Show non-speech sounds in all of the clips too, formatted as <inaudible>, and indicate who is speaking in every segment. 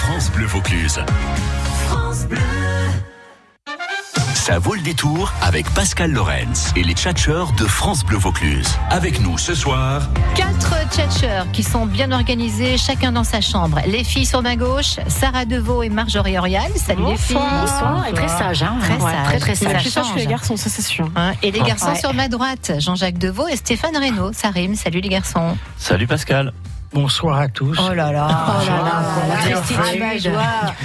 Speaker 1: France Bleu Vaucluse. France Bleu. Ça vaut le détour avec Pascal Lorenz et les tchatcheurs de France Bleu Vaucluse. Avec nous ce soir.
Speaker 2: Quatre tchatcheurs qui sont bien organisés, chacun dans sa chambre. Les filles sur ma gauche, Sarah Deveau et Marjorie Oriane. Salut
Speaker 3: Oh.
Speaker 2: les filles.
Speaker 3: Bonsoir. Et très sage, hein.
Speaker 2: Très
Speaker 3: Ouais,
Speaker 2: sage.
Speaker 3: Très, très sage.
Speaker 2: Ça
Speaker 3: Plus sage que
Speaker 2: change.
Speaker 3: les garçons, ça c'est sûr.
Speaker 2: Hein, et les garçons
Speaker 3: Ah. Ouais.
Speaker 2: sur ma droite, Jean-Jacques Deveau et Stéphane Reynaud. Ça rime. Salut les garçons.
Speaker 4: Salut Pascal.
Speaker 5: Bonsoir à tous.
Speaker 2: Oh là là.
Speaker 3: Oh là là, la tristitude.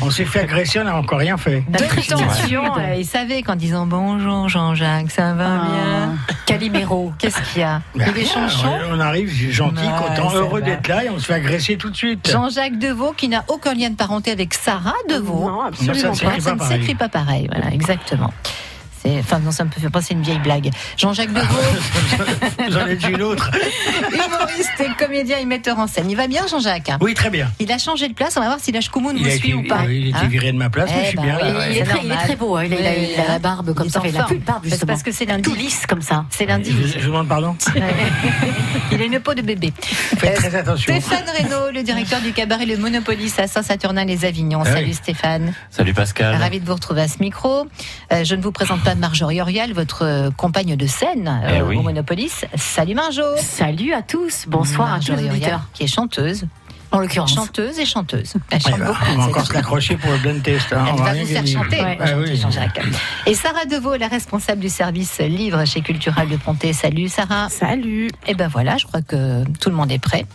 Speaker 5: On s'est fait agresser, on n'a encore rien fait.
Speaker 2: Bah,
Speaker 3: La tristitude.
Speaker 2: euh, Ils savaient qu'en disant bonjour Jean-Jacques, ça va bien.
Speaker 3: Ah. Calimero. Bah,
Speaker 2: Qu'est-ce qu'il y a
Speaker 5: Mais
Speaker 2: Il est
Speaker 5: rien,
Speaker 2: chanchon
Speaker 5: Bah, On on arrive gentil,
Speaker 2: Ouais,
Speaker 5: content,
Speaker 2: ça
Speaker 5: heureux
Speaker 2: va.
Speaker 5: d'être là et on se fait agresser tout de suite.
Speaker 2: Jean-Jacques Deveau qui n'a aucun lien de parenté avec Sarah Deveau.
Speaker 6: ah,
Speaker 3: Non,
Speaker 5: Non, ça
Speaker 3: absolument
Speaker 5: ne
Speaker 3: pas.
Speaker 2: Ouais,
Speaker 5: s'écrit
Speaker 2: ça
Speaker 5: pas
Speaker 2: ne
Speaker 5: pareil.
Speaker 2: s'écrit pas pareil, voilà, exactement. C'est, enfin non, ça me fait penser à une vieille blague. Jean-Jacques Deveau,
Speaker 5: J'en ai dit une autre.
Speaker 2: humoriste et comédien et metteur en scène. Il va bien, Jacques
Speaker 5: Oui, très bien.
Speaker 2: Il a changé de place, on va voir si l'Ashkoumoun vous
Speaker 5: a
Speaker 2: suit
Speaker 5: été,
Speaker 2: ou pas.
Speaker 5: il a été
Speaker 2: Hein
Speaker 5: viré de ma place,
Speaker 2: Eh
Speaker 5: mais je suis
Speaker 2: ben
Speaker 5: bien
Speaker 2: oui,
Speaker 5: là.
Speaker 3: Il
Speaker 5: ouais.
Speaker 3: est,
Speaker 2: C'est
Speaker 3: très, il est
Speaker 2: normal.
Speaker 3: très beau, hein. il, a, il a- il a la barbe comme
Speaker 2: Il
Speaker 3: ça,
Speaker 2: est
Speaker 3: Enfin, il
Speaker 2: en
Speaker 3: a plus
Speaker 2: forme.
Speaker 3: de barbe
Speaker 2: C'est
Speaker 3: justement.
Speaker 2: parce que c'est lundi.
Speaker 3: Tout lisse comme ça.
Speaker 2: C'est
Speaker 5: Je,
Speaker 2: lundi.
Speaker 5: je vous demande pardon.
Speaker 2: Il a une peau de bébé.
Speaker 5: Faites très attention.
Speaker 2: Stéphane Reynaud, le directeur du cabaret Le Monopoly à Saint-Saturnin-les-Avignon.
Speaker 5: Ah oui.
Speaker 2: Salut Stéphane.
Speaker 4: Salut Pascal.
Speaker 2: Ravi de vous retrouver à ce micro. Euh, je ne vous présente pas Marjorie Orial, votre euh, compagne de scène euh,
Speaker 4: Eh oui.
Speaker 2: au Monopolis. Salut Marjo.
Speaker 3: Salut à tous. Bonsoir à tous
Speaker 2: Marjorie
Speaker 3: les
Speaker 2: Orial,
Speaker 3: auditeurs.
Speaker 2: qui est chanteuse.
Speaker 3: En l'occurrence. bah,
Speaker 2: Chanteuse et chanteuse. Elle
Speaker 5: Eh
Speaker 2: chante
Speaker 5: ben,
Speaker 2: beaucoup.
Speaker 5: on va
Speaker 2: c'est
Speaker 5: encore
Speaker 2: tout.
Speaker 5: se l'accrocher pour le blind test. hein,
Speaker 2: Elle
Speaker 5: on va
Speaker 2: va
Speaker 5: rien
Speaker 2: vous faire
Speaker 5: gagner.
Speaker 2: chanter,
Speaker 3: Ouais.
Speaker 5: Ah
Speaker 2: chanter,
Speaker 5: oui.
Speaker 2: Jean-Jacques. Et Sarah Deveau, la responsable du service livre chez Cultural de Pontet. Salut Sarah.
Speaker 7: Salut.
Speaker 2: Et ben voilà, je crois que tout le monde est prêt.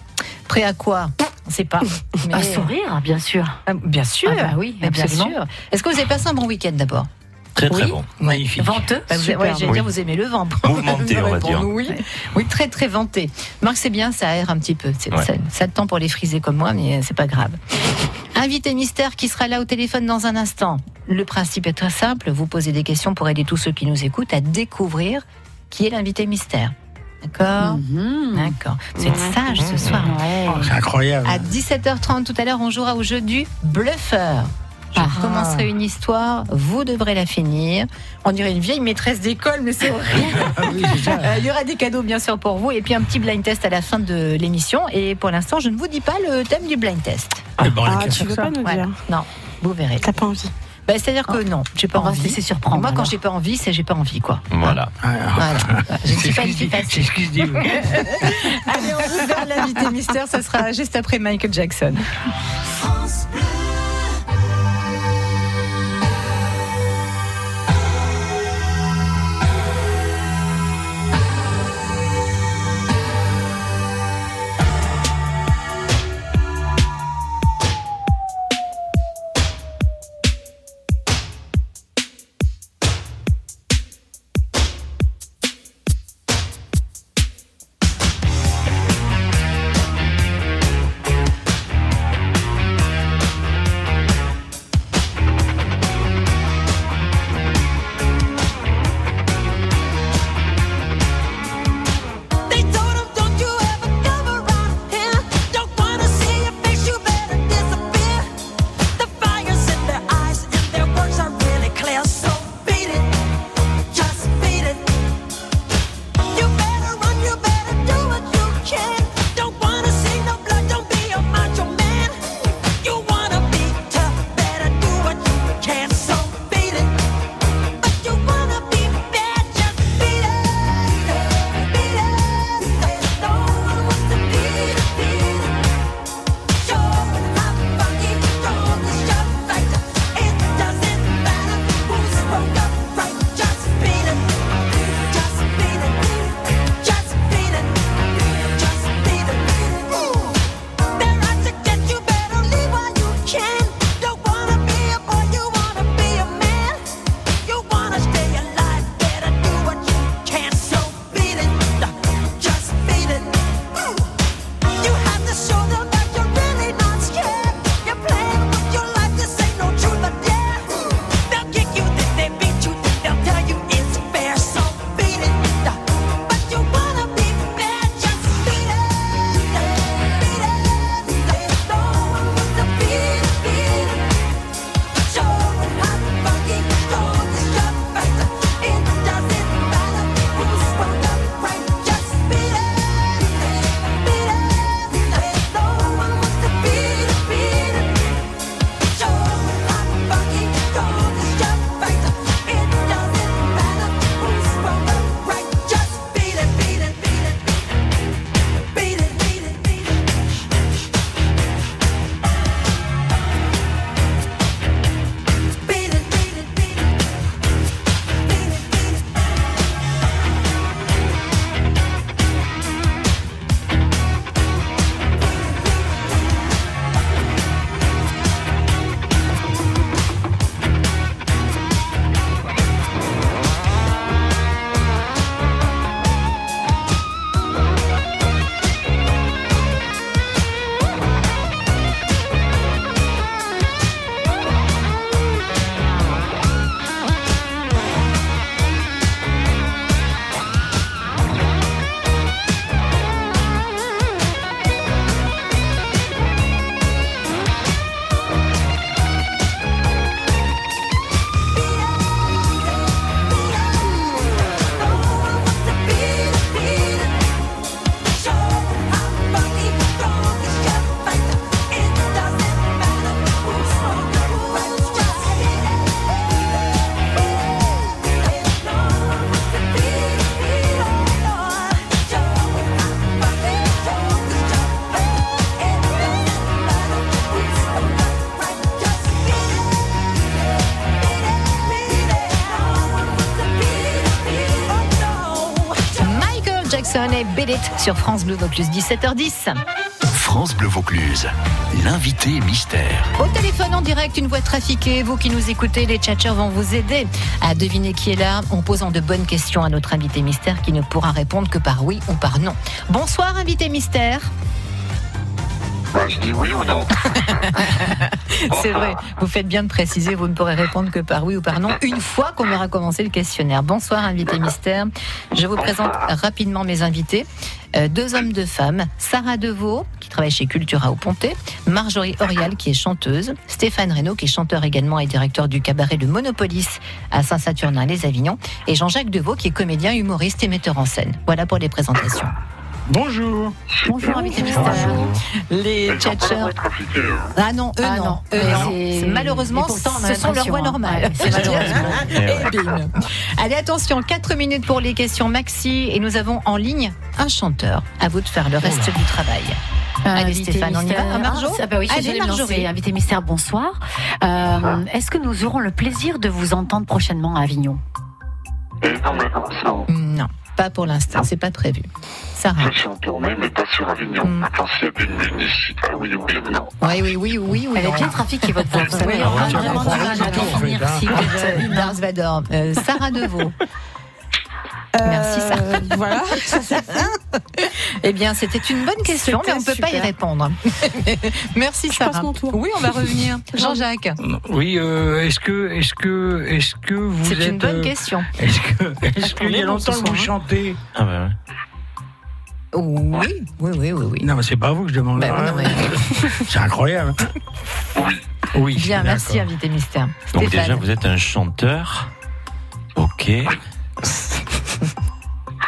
Speaker 2: Prêt à quoi On sait pas. Mais-
Speaker 3: Un sourire, bien sûr.
Speaker 2: Ah, Bien sûr.
Speaker 3: Ah bah oui,
Speaker 2: Mais bien
Speaker 3: absolument.
Speaker 2: sûr. Est-ce que vous avez passé un bon week-end d'abord
Speaker 4: Très très
Speaker 2: Oui.
Speaker 4: bon.
Speaker 5: Magnifique.
Speaker 3: Venteux.
Speaker 2: Bah, vous- ouais, J'allais
Speaker 4: Oui.
Speaker 2: dire, vous aimez le vent. <laughs>
Speaker 4: Mouvementé, on va
Speaker 2: Pour
Speaker 4: dire.
Speaker 2: nous, oui. oui, très très venté. Marc, c'est bien, ça aère un petit peu. C'est-
Speaker 4: Ouais.
Speaker 2: Ça, ça a le temps pour les friser comme moi, mais c'est pas grave. Invité mystère qui sera là au téléphone dans un instant. Le principe est très simple. Vous posez des questions pour aider tous ceux qui nous écoutent à découvrir qui est l'invité mystère. D'accord
Speaker 3: Mhm.
Speaker 2: D'accord. Vous êtes sage ce soir.
Speaker 3: Ouais.
Speaker 5: C'est incroyable.
Speaker 2: À 17h30 tout à l'heure, on jouera au jeu du bluffeur. Je
Speaker 3: Ah.
Speaker 2: commencerai une histoire, vous devrez la finir. On dirait une vieille maîtresse d'école, mais c'est horrible.
Speaker 5: Ah oui, c'est ça.
Speaker 2: <laughs> Euh, Il y aura des cadeaux bien sûr pour vous et puis un petit blind test à la fin de l'émission. Et pour l'instant, je ne vous dis pas le thème du blind test.
Speaker 5: Eh ben, on est
Speaker 7: Ah,
Speaker 5: qu'à
Speaker 7: tu
Speaker 5: faire
Speaker 7: veux
Speaker 5: ça.
Speaker 7: pas nous
Speaker 2: Voilà.
Speaker 7: dire
Speaker 2: Non, vous verrez.
Speaker 7: T'as pas envie.
Speaker 2: Bah, C'est-à-dire que non, j'ai pas
Speaker 3: On va
Speaker 2: envie.
Speaker 3: se laisser surprendre,
Speaker 2: Moi, quand
Speaker 3: alors.
Speaker 2: j'ai pas envie, c'est j'ai pas envie quoi.
Speaker 4: Voilà.
Speaker 5: Ah,
Speaker 2: Voilà. Je ne
Speaker 5: C'est
Speaker 2: suis
Speaker 5: ce
Speaker 2: pas
Speaker 5: qu'il
Speaker 2: une fille
Speaker 5: dit.
Speaker 2: facile.
Speaker 5: C'est <laughs> ce qu'il se dit.
Speaker 2: <laughs> Allez, on vous donne l'invité mystère, ce sera juste après Michael Jackson. Whitney Bennett sur France Bleu Vaucluse 17h10.
Speaker 1: France Bleu Vaucluse, l'invité mystère.
Speaker 2: Au téléphone en direct, une voix trafiquée. Vous qui nous écoutez, les tchatchers vont vous aider à deviner qui est là en posant de bonnes questions à notre invité mystère qui ne pourra répondre que par oui ou par non. Bonsoir, invité mystère.
Speaker 7: Bah, je dis oui ou non
Speaker 2: <laughs> C'est vrai, vous faites bien de préciser, vous ne pourrez répondre que par oui ou par non une fois qu'on aura commencé le questionnaire. Bonsoir, invité mystère. Je vous présente rapidement mes invités. Euh, deux hommes, deux femmes. Sarah Deveau, qui travaille chez Cultura au Pontet. Marjorie Orial, qui est chanteuse. Stéphane Reynaud, qui est chanteur également et directeur du cabaret Le Monopolis à Saint-Saturnin-les-Avignons. Et Jean-Jacques Deveau, qui est comédien, humoriste et metteur en scène. Voilà pour les présentations.
Speaker 5: Bonjour.
Speaker 2: Bonjour, invité mystère. Les
Speaker 7: Mais c'est
Speaker 2: tchatchers.
Speaker 7: vraiment trafiqué, hein.
Speaker 2: Ah non, eux
Speaker 3: Ah
Speaker 2: non.
Speaker 3: non,
Speaker 2: eux
Speaker 3: mais
Speaker 2: non.
Speaker 3: c'est-
Speaker 2: C'est- Malheureusement,
Speaker 3: mais pourtant, on
Speaker 2: ce
Speaker 3: a
Speaker 2: sont leurs
Speaker 3: l'impression,
Speaker 2: voies
Speaker 3: hein.
Speaker 2: normales.
Speaker 3: Ouais, c'est malheureusement.
Speaker 2: <laughs> Et bim. Allez, attention, 4 minutes pour les questions maxi. Et nous avons en ligne un chanteur. À vous de faire le reste du travail. Allez,
Speaker 3: Invité
Speaker 2: Stéphane, on y va
Speaker 3: mystère.
Speaker 2: Ah, Marjo
Speaker 3: Ah, bah oui, je suis
Speaker 2: Allez,
Speaker 3: désolée de me lancer.
Speaker 2: Marjorie.
Speaker 3: Invité mystère, bonsoir. Euh, Est-ce que nous aurons le plaisir de vous entendre prochainement à Avignon
Speaker 7: Et non, mais comme ah ça,
Speaker 2: Non, pas pour l'instant, c'est pas prévu. Sarah.
Speaker 7: je suis en tournée, mais pas sur Avignon.
Speaker 2: Hmm.
Speaker 7: Attends, s'il y a des municipales, ah oui ou bien non.
Speaker 2: Oui, oui, oui, oui, oui.
Speaker 3: Elle est bien trafiquée, votre
Speaker 2: <laughs>
Speaker 3: voix. Vous savez,
Speaker 2: Oui,
Speaker 3: on a
Speaker 5: oui, oui.
Speaker 3: vraiment du mal à
Speaker 5: Oui, oui.
Speaker 3: définir si vous êtes humain.
Speaker 2: Darth Vader. Euh, Sarah Deveau. Merci,
Speaker 6: Sarah. Euh,
Speaker 2: <laughs>
Speaker 6: Voilà.
Speaker 2: Eh bien, c'était une bonne question, mais
Speaker 6: C'était
Speaker 2: on ne peut pas y
Speaker 6: super.
Speaker 2: répondre. <laughs> Merci,
Speaker 6: Je
Speaker 2: Sarah.
Speaker 6: passe mon tour.
Speaker 2: Oui, on va revenir. Jean-Jacques,
Speaker 8: Oui, euh, est-ce que, est-ce que, est-ce que vous
Speaker 2: c'est
Speaker 8: êtes,
Speaker 2: une bonne
Speaker 8: euh,
Speaker 2: question.
Speaker 8: est-ce
Speaker 2: <laughs>
Speaker 8: que, est-ce
Speaker 5: Il
Speaker 8: qu'il
Speaker 5: y a longtemps que vous
Speaker 8: chantez
Speaker 2: hein.
Speaker 5: chantez.
Speaker 4: Ah bah ouais.
Speaker 2: Oui, oui, oui, oui. oui.
Speaker 5: Non, mais c'est pas vous que je demande.
Speaker 2: Ben,
Speaker 5: Ah,
Speaker 2: non, mais-
Speaker 5: <laughs> C'est incroyable. hein.
Speaker 8: Oui.
Speaker 2: Bien, merci,
Speaker 8: d'accord.
Speaker 2: invité mystère.
Speaker 4: Donc déjà,
Speaker 2: Stéphane. Ah,
Speaker 4: vous êtes un chanteur. Ok.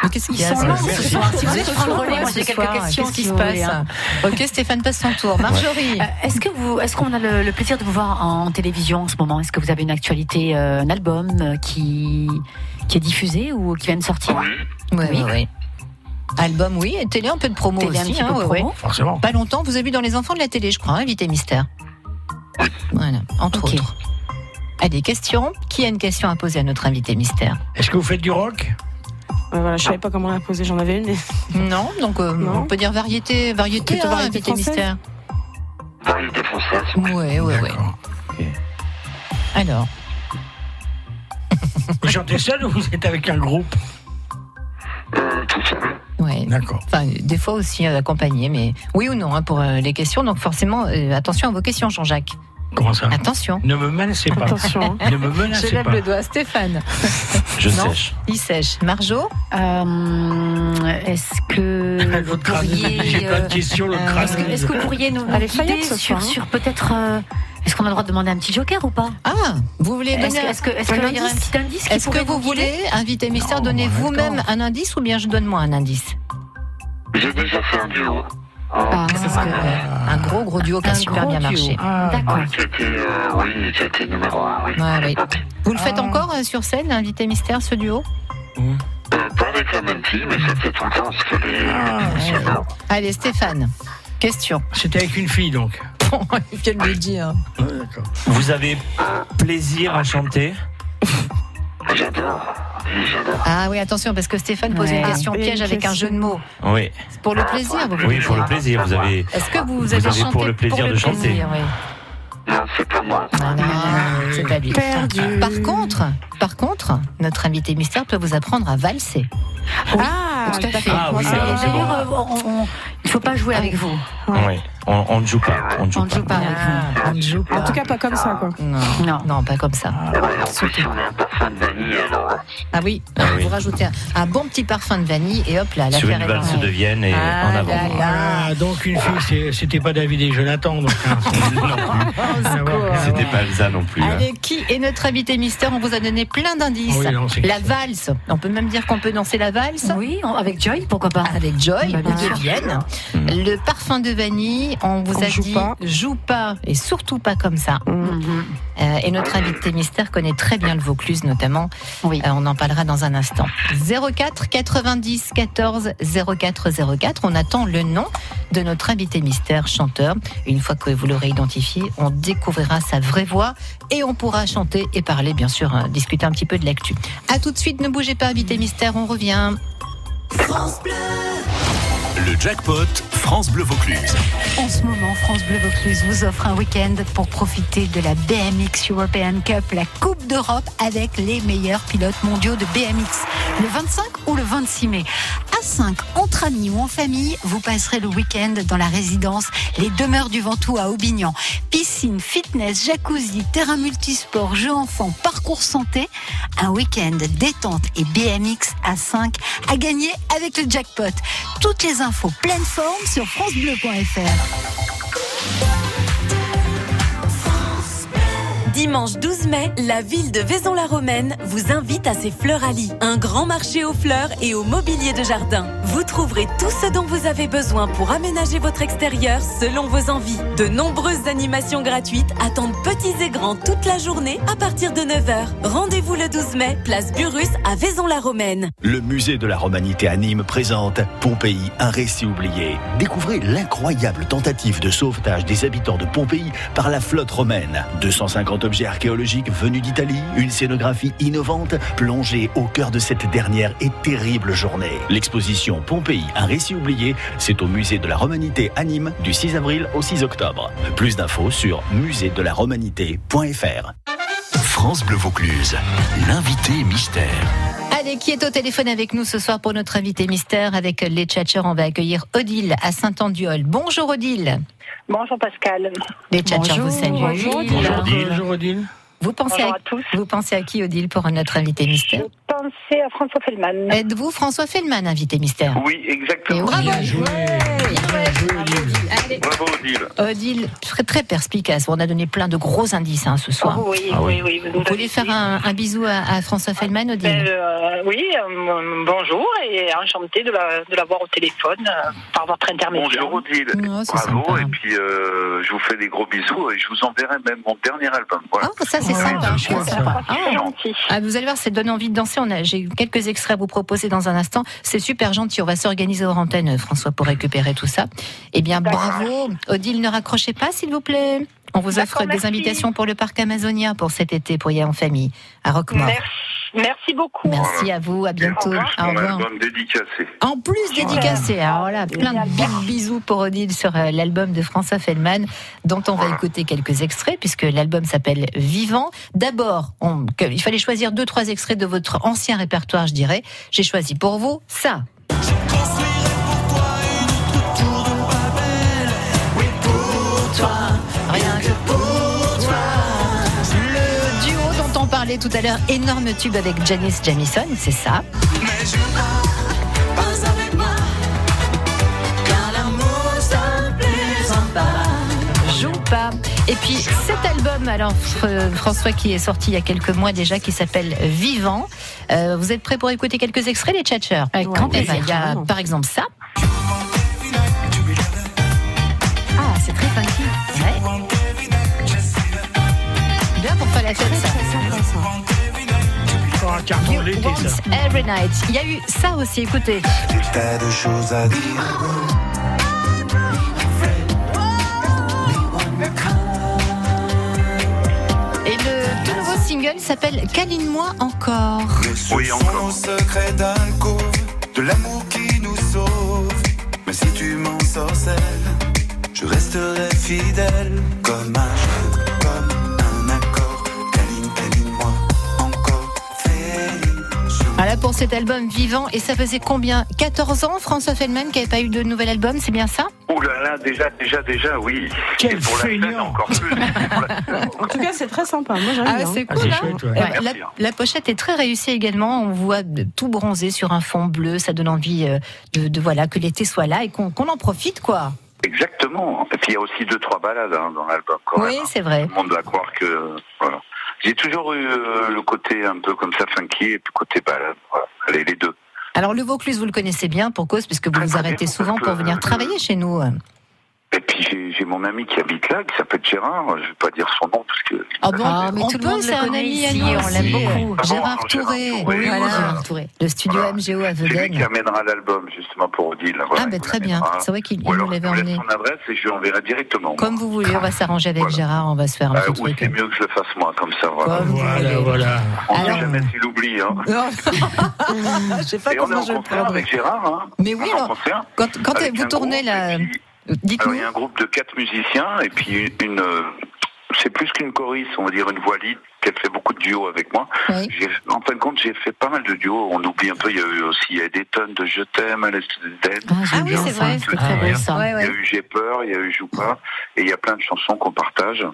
Speaker 2: Mais qu'est-ce qu'il y a
Speaker 3: Ils sont
Speaker 2: ça
Speaker 3: lents
Speaker 5: Merci.
Speaker 3: ce soir. Si vous voulez
Speaker 2: Merci.
Speaker 3: prendre le relais, moi j'ai
Speaker 2: Ce
Speaker 3: quelques
Speaker 2: soir,
Speaker 3: questions.
Speaker 2: Qu'est-ce qui
Speaker 3: si
Speaker 2: se
Speaker 3: vous voulez, hein.
Speaker 2: passe Ok, Stéphane, passe ton tour. Marjorie.
Speaker 3: Euh, Est-ce que vous, est-ce qu'on a le, le plaisir de vous voir en télévision en ce moment Est-ce que vous avez une actualité, euh, un album euh, qui qui est diffusé ou qui vient de sortir
Speaker 7: Oui,
Speaker 2: Oui, oui, oui. Album, oui. Et télé, un peu de promo
Speaker 3: Télé, un
Speaker 2: aussi.
Speaker 3: petit peu
Speaker 2: hein, ouais,
Speaker 3: promo.
Speaker 2: ouais.
Speaker 5: Forcément.
Speaker 2: Pas longtemps, vous avez vu dans Les Enfants de la télé, je crois, hein, invité mystère. Voilà, entre
Speaker 3: Ok.
Speaker 2: autres. Allez, question. Qui a une question à poser à notre invité mystère
Speaker 5: Est-ce que vous faites du rock
Speaker 6: Ouais, voilà, je savais pas comment la poser, j'en avais une. mais-
Speaker 2: Non, donc euh,
Speaker 6: Non.
Speaker 2: on peut dire variété, variété,
Speaker 6: Plutôt
Speaker 2: hein,
Speaker 6: variété
Speaker 2: invité
Speaker 6: française.
Speaker 2: mystère.
Speaker 7: variété française.
Speaker 2: Oui, oui, oui.
Speaker 5: D'accord.
Speaker 2: Alors,
Speaker 5: Vous chantez seul ou vous êtes avec un groupe
Speaker 7: Euh, tout seul.
Speaker 2: ouais.
Speaker 5: D'accord.
Speaker 2: Enfin, des fois aussi euh, accompagné, mais oui ou non hein, pour euh, les questions. Donc forcément, euh, attention à vos questions, Jean-Jacques.
Speaker 5: Comment ça
Speaker 2: Attention.
Speaker 5: Ne me menacez pas.
Speaker 6: Attention. hein.
Speaker 5: Ne me menacez pas.
Speaker 2: doigt, Stéphane.
Speaker 4: Je
Speaker 2: Non.
Speaker 4: sèche.
Speaker 2: Il sèche. Marjo
Speaker 3: Euh, Est-ce que vous
Speaker 5: Euh, <laughs> L'autre crâne, J'ai
Speaker 3: pourriez
Speaker 5: pas
Speaker 3: euh,
Speaker 5: de question,
Speaker 2: euh,
Speaker 5: le
Speaker 3: Est-ce que,
Speaker 5: crâne.
Speaker 3: est-ce que vous pourriez nous
Speaker 6: Elle est
Speaker 3: guider
Speaker 6: faillante, ce
Speaker 3: sur,
Speaker 6: soir, hein.
Speaker 3: sur peut-être euh, Est-ce qu'on a le droit de demander un petit joker ou pas
Speaker 2: Ah, vous voulez
Speaker 3: Est-ce
Speaker 2: donner.
Speaker 3: que- est-ce que est-ce
Speaker 6: Un
Speaker 3: qu'il y a un
Speaker 6: indice
Speaker 3: petit indice qui
Speaker 2: Est-ce que
Speaker 3: pourrait
Speaker 2: vous
Speaker 3: nous guider
Speaker 2: voulez, invité mystère,
Speaker 5: Non,
Speaker 2: donner
Speaker 5: bon,
Speaker 2: vous-même un indice ou bien je donne moi un indice
Speaker 7: J'ai déjà fait un duo.
Speaker 3: Ah,
Speaker 7: Ah.
Speaker 2: Parce que, euh, Un gros, gros duo qui a
Speaker 3: Un
Speaker 2: super
Speaker 3: gros
Speaker 2: bien
Speaker 3: duo.
Speaker 2: marché.
Speaker 5: Ah,
Speaker 3: D'accord.
Speaker 7: Qui était, euh, oui, qui était numéro un, oui.
Speaker 2: Ouais, oui.
Speaker 7: Ok.
Speaker 2: Vous le faites
Speaker 5: Ah.
Speaker 2: encore euh, sur scène, invité mystère, ce duo
Speaker 7: Euh, pas avec la même fille, mais ça fait tout le temps, parce qu'elle est... euh,
Speaker 5: ah,
Speaker 2: Allez, Stéphane. Question.
Speaker 5: C'était avec une fille
Speaker 2: <laughs>
Speaker 5: donc.
Speaker 2: Il vient de le dire.
Speaker 5: Ah, D'accord.
Speaker 4: Vous avez plaisir à chanter.
Speaker 7: J'adore. J'adore.
Speaker 2: Ah oui, attention, parce que Stéphane pose
Speaker 3: Ouais.
Speaker 2: une question
Speaker 6: Ah, et
Speaker 2: piège
Speaker 6: une
Speaker 2: avec un jeu de mots.
Speaker 4: Oui.
Speaker 2: C'est pour le plaisir, vous voulez
Speaker 4: Oui, pour le plaisir. Vous avez.
Speaker 2: Est-ce que vous,
Speaker 4: Vous
Speaker 2: avez,
Speaker 4: avez
Speaker 2: chanté
Speaker 4: pour le plaisir de chanter.
Speaker 2: plaisir, oui.
Speaker 7: Non, c'est pas moi.
Speaker 2: Non, non,
Speaker 5: Ah,
Speaker 2: c'est
Speaker 5: oui.
Speaker 2: pas lui.
Speaker 6: Perdu.
Speaker 2: Par contre, par contre, notre invité mystère peut vous apprendre à valser.
Speaker 6: Ah,
Speaker 3: Tout à fait.
Speaker 4: Ah oui,
Speaker 3: Et
Speaker 4: alors c'est bon.
Speaker 3: D'ailleurs, euh, on- on- il ne faut pas
Speaker 2: Ah,
Speaker 3: jouer avec vous.
Speaker 4: Oui. On on ne joue pas. On ne
Speaker 3: On
Speaker 4: joue
Speaker 3: ne joue pas
Speaker 4: pas.
Speaker 3: avec vous.
Speaker 2: Ah, on ne joue
Speaker 6: En
Speaker 2: pas.
Speaker 6: tout cas, pas comme ça, quoi.
Speaker 2: Non,
Speaker 3: Non.
Speaker 2: non, pas comme ça.
Speaker 7: Ouais, en plus, on est un parfum de vanille, alors... hein.
Speaker 2: Ah oui,
Speaker 4: Ah oui.
Speaker 2: vous rajoutez un, un bon petit parfum de vanille et hop là,
Speaker 4: Sur
Speaker 2: l'affaire
Speaker 4: une
Speaker 2: est
Speaker 4: valse
Speaker 2: lancée.
Speaker 4: de Vienne et
Speaker 2: Ah
Speaker 4: en avant. <laughs>
Speaker 2: là là.
Speaker 5: Ah, donc une fille, c'est- c'était pas David et Jonathan. Donc, hein. Ah, ouais, ouais,
Speaker 2: <laughs>
Speaker 4: C'était
Speaker 5: ouais.
Speaker 4: pas ça non plus. hein.
Speaker 2: Allez, qui est notre invité mystère On vous a donné plein d'indices.
Speaker 5: Oui, non, c'est-
Speaker 2: la valse. On peut même dire qu'on peut danser la valse.
Speaker 3: Oui, on- avec Joy, pourquoi pas
Speaker 2: avec Joy
Speaker 3: Bah, bien
Speaker 2: de
Speaker 3: sûr.
Speaker 2: Vienne. Le parfum de vanille, on vous
Speaker 6: On
Speaker 2: a
Speaker 6: joue
Speaker 2: dit
Speaker 6: pas.
Speaker 2: joue pas et surtout pas comme ça.
Speaker 3: Mhm.
Speaker 2: Euh, et notre invité mystère connaît très bien le Vaucluse notamment.
Speaker 3: Oui.
Speaker 2: Euh, on en parlera dans un instant. 04 90 14 04 04. On attend le nom de notre invité mystère chanteur. Une fois que vous l'aurez identifié, on découvrira sa vraie voix et on pourra chanter et parler bien sûr, euh, discuter un petit peu de l'actu. À tout de suite, ne bougez pas invité mystère, on revient.
Speaker 1: Le jackpot France Bleu Vaucluse.
Speaker 9: En ce moment, France Bleu Vaucluse vous offre un week-end pour profiter de la BMX European Cup, la Coupe d'Europe avec les meilleurs pilotes mondiaux de BMX, le 25 ou le 26 mai. À 5, entre amis ou en famille, vous passerez le week-end dans la résidence Les Demeures du Ventoux à Aubignan. Piscine, fitness, jacuzzi, terrain multisport, jeux enfants, parcours santé. Un week-end détente et BMX à 5 à gagner avec le jackpot. Toutes les infos pleine forme sur FranceBleu.fr.
Speaker 10: Dimanche 12 mai, la ville de Vaison-la-Romaine vous invite à ses Fleuralies, un grand marché aux fleurs et au mobilier de jardin. Vous trouverez tout ce dont vous avez besoin pour aménager votre extérieur selon vos envies. De nombreuses animations gratuites attendent petits et grands toute la journée à partir de 9h. Rendez-vous le 12 mai, place Burus à Vaison-la-Romaine.
Speaker 11: Le musée de la Romanité à Nîmes présente Pompéi, un récit oublié. Découvrez l'incroyable tentative de sauvetage des habitants de Pompéi par la flotte romaine. 250 objets archéologiques venus d'Italie, une scénographie innovante plongée au cœur de cette dernière et terrible journée. L'exposition Pompéi, un récit oublié, c'est au musée de la Romanité à Nîmes du 6 avril au 6 octobre. Plus d'infos sur muséedelaromanité.fr.
Speaker 1: France Bleu Vaucluse, l'invité mystère.
Speaker 2: Allez, qui est au téléphone avec nous ce soir pour notre invité mystère avec les tchatcheurs On va accueillir Odile à Saint-Andiol. Bonjour Odile.
Speaker 12: Bonjour Pascal.
Speaker 2: Les tchatcheurs vous saluent.
Speaker 5: Bonjour Odile. Bonjour Odile.
Speaker 2: Vous pensez,
Speaker 12: Bonjour
Speaker 2: à, vous pensez à qui, Odile, pour notre invité mystère
Speaker 12: Pensez à François Feldman.
Speaker 2: Êtes-vous François Feldman, invité mystère
Speaker 7: Oui, exactement.
Speaker 2: Bravo
Speaker 5: joué.
Speaker 7: Bravo, Odile.
Speaker 2: Odile, très, très perspicace. On a donné plein de gros indices hein, ce soir.
Speaker 12: Oh, oui,
Speaker 4: Ah oui.
Speaker 12: oui, oui, vous
Speaker 2: Vous
Speaker 12: nous avez
Speaker 2: voulez faire
Speaker 12: dit.
Speaker 2: un, un bisou à, à François Feldman,
Speaker 12: Ben,
Speaker 2: Odile
Speaker 12: euh, oui, euh, bonjour et enchantée de la, de la voir au téléphone euh, par votre intermédiaire.
Speaker 7: Bonjour, Odile.
Speaker 2: Oh, c'est
Speaker 7: Euh, Bravo,
Speaker 2: sympa.
Speaker 7: et puis euh, je vous fais des gros bisous et je vous enverrai même mon dernier album. Voilà.
Speaker 2: Oh, ça c'est
Speaker 7: Ouais,
Speaker 2: sympa.
Speaker 7: je vois
Speaker 2: Ça, c'est
Speaker 5: ça.
Speaker 2: sympa.
Speaker 12: C'est
Speaker 2: Ah,
Speaker 12: gentil.
Speaker 2: Ah, vous allez voir, ça donne envie de danser. On a, j'ai quelques extraits à vous proposer dans un instant. C'est super gentil. On va s'organiser hors antenne, François, pour récupérer tout ça. Eh bien,
Speaker 12: D'accord.
Speaker 2: bravo. Odile, ne raccrochez pas, s'il vous plaît. On vous offre
Speaker 12: D'accord,
Speaker 2: des
Speaker 12: merci.
Speaker 2: invitations pour le parc Amazonia pour cet été, pour y aller en famille, à Roquemort.
Speaker 12: Merci, merci beaucoup.
Speaker 2: Ah. Merci à vous. À bientôt.
Speaker 7: Et en plus,
Speaker 2: Ah, Au
Speaker 7: mon
Speaker 2: revoir.
Speaker 7: album dédicacé.
Speaker 2: En plus dédicacé. Alors là, plein de big bisous pour Odile sur euh, l'album de François Feldman, dont on va écouter quelques extraits, puisque l'album s'appelle Vivant. D'abord, on- que- il fallait choisir deux, trois extraits de votre ancien répertoire, je dirais. J'ai choisi pour vous ça. Rien que pour toi. Le duo dont on parlait tout à l'heure, énorme tube avec Janice Jamison, c'est ça. Joue pas. Et puis cet album, alors Fr- François, qui est sorti il y a quelques mois déjà, qui s'appelle Vivant. Euh, vous êtes prêts pour écouter quelques extraits, les tchatcheurs
Speaker 3: Avec grand
Speaker 2: Eh ben,
Speaker 3: plaisir.
Speaker 2: Il y a
Speaker 6: Vraiment.
Speaker 2: par exemple ça. Ah, c'est très funky. Ouais. Bien pour faire la fête, ça.
Speaker 5: Encore un carton
Speaker 2: You
Speaker 5: l'été,
Speaker 2: Want
Speaker 5: ça.
Speaker 2: Every night. Il y a eu ça aussi, écoutez. Et le tout nouveau single s'appelle Câline-moi encore.
Speaker 7: Oui, encore.
Speaker 13: secret d'alcôve, de l'amour qui nous sauve. Mais si tu m'en sorcelles, je resterai fidèle. Comme un jeu, comme un accord. Câline, câline-moi encore. Féline, je
Speaker 2: Voilà pour cet album vivant. Et ça faisait combien 14 ans, François Feldman, qui n'avait pas eu de nouvel album, c'est bien ça
Speaker 7: Ouh là là, déjà, déjà, déjà, oui.
Speaker 5: Quel
Speaker 7: et pour la scène,
Speaker 5: feignant.
Speaker 7: encore
Speaker 2: <laughs>
Speaker 7: plus. Pour la scène,
Speaker 6: En
Speaker 7: encore.
Speaker 6: tout cas, c'est très sympa. Moi, j'aime bien.
Speaker 5: Ah, c'est chouette, ouais.
Speaker 2: Ouais,
Speaker 7: Merci,
Speaker 2: la,
Speaker 7: hein.
Speaker 2: la pochette est très réussie également. On voit de- tout bronzé sur un fond bleu. Ça donne envie euh, de, de, voilà que l'été soit là et qu'on qu'on en profite quoi.
Speaker 7: Exactement. Et puis il y a aussi deux, trois balades hein, dans l'album, quand
Speaker 2: oui,
Speaker 7: même.
Speaker 2: c'est vrai.
Speaker 7: Tout le monde doit croire que. Voilà. J'ai toujours eu euh, le côté un peu comme ça, funky, et puis côté balade. Voilà. Allez, les deux.
Speaker 2: Alors le Vaucluse, vous le connaissez bien pour cause puisque vous
Speaker 7: Très,
Speaker 2: vous
Speaker 7: très
Speaker 2: arrêtez
Speaker 7: bien,
Speaker 2: souvent
Speaker 7: parce
Speaker 2: pour
Speaker 7: que-
Speaker 2: venir travailler chez nous.
Speaker 7: Et puis j'ai- j'ai mon ami qui habite là, qui s'appelle Gérard, je ne vais pas dire son nom parce que.
Speaker 2: Ah bon
Speaker 9: Ah, mais
Speaker 2: On
Speaker 9: tout le
Speaker 2: peut,
Speaker 9: monde le
Speaker 2: c'est un
Speaker 9: connaît
Speaker 2: ami
Speaker 9: ici,
Speaker 2: à Nice.
Speaker 9: on l'aime
Speaker 2: Oui.
Speaker 9: beaucoup.
Speaker 7: Ah bon,
Speaker 2: Gérard
Speaker 7: alors,
Speaker 2: Touré.
Speaker 7: Touré,
Speaker 2: Oui, voilà.
Speaker 7: voilà.
Speaker 2: Gérard Touré. Le studio MGO à
Speaker 7: C'est lui
Speaker 2: Vedennes.
Speaker 7: qui amènera l'album justement pour Odile.
Speaker 2: Ah, ben très bien. C'est vrai qu'il il nous l'avait
Speaker 7: Je
Speaker 2: emmené.
Speaker 7: laisse son adresse et je lui enverrai directement.
Speaker 2: Comme vous voulez, on va s'arranger avec Gérard, on va se faire un
Speaker 7: Euh,
Speaker 2: petit
Speaker 7: ou
Speaker 2: truc.
Speaker 7: c'est mieux que je le fasse moi, comme ça, voilà.
Speaker 5: Voilà, voilà.
Speaker 7: On ne sait jamais s'il oublie. Hein.
Speaker 2: <laughs> Je sais
Speaker 7: et on est en concert avec Gérard. Hein.
Speaker 2: Mais oui,
Speaker 7: On est en
Speaker 2: alors,
Speaker 7: concert
Speaker 2: Quand, quand
Speaker 7: avec
Speaker 2: vous
Speaker 7: un
Speaker 2: tournez la.
Speaker 7: Alors,
Speaker 2: Dites-nous.
Speaker 7: il y a un groupe de quatre musiciens et puis une. une, euh, c'est plus qu'une choriste, on va dire une voix lead qui a fait beaucoup de duos avec moi. J'ai- En fin de compte, j'ai fait pas mal de duos. On oublie un peu, il y a eu aussi il y a eu des tonnes de Je t'aime, à l'est d'elle.
Speaker 2: Ah oui, c'est vrai, c'était très beau ça. Ouais,
Speaker 7: Il y
Speaker 2: ouais.
Speaker 7: a eu J'ai peur, il y a eu Joue pas, et il y a plein de chansons qu'on partage.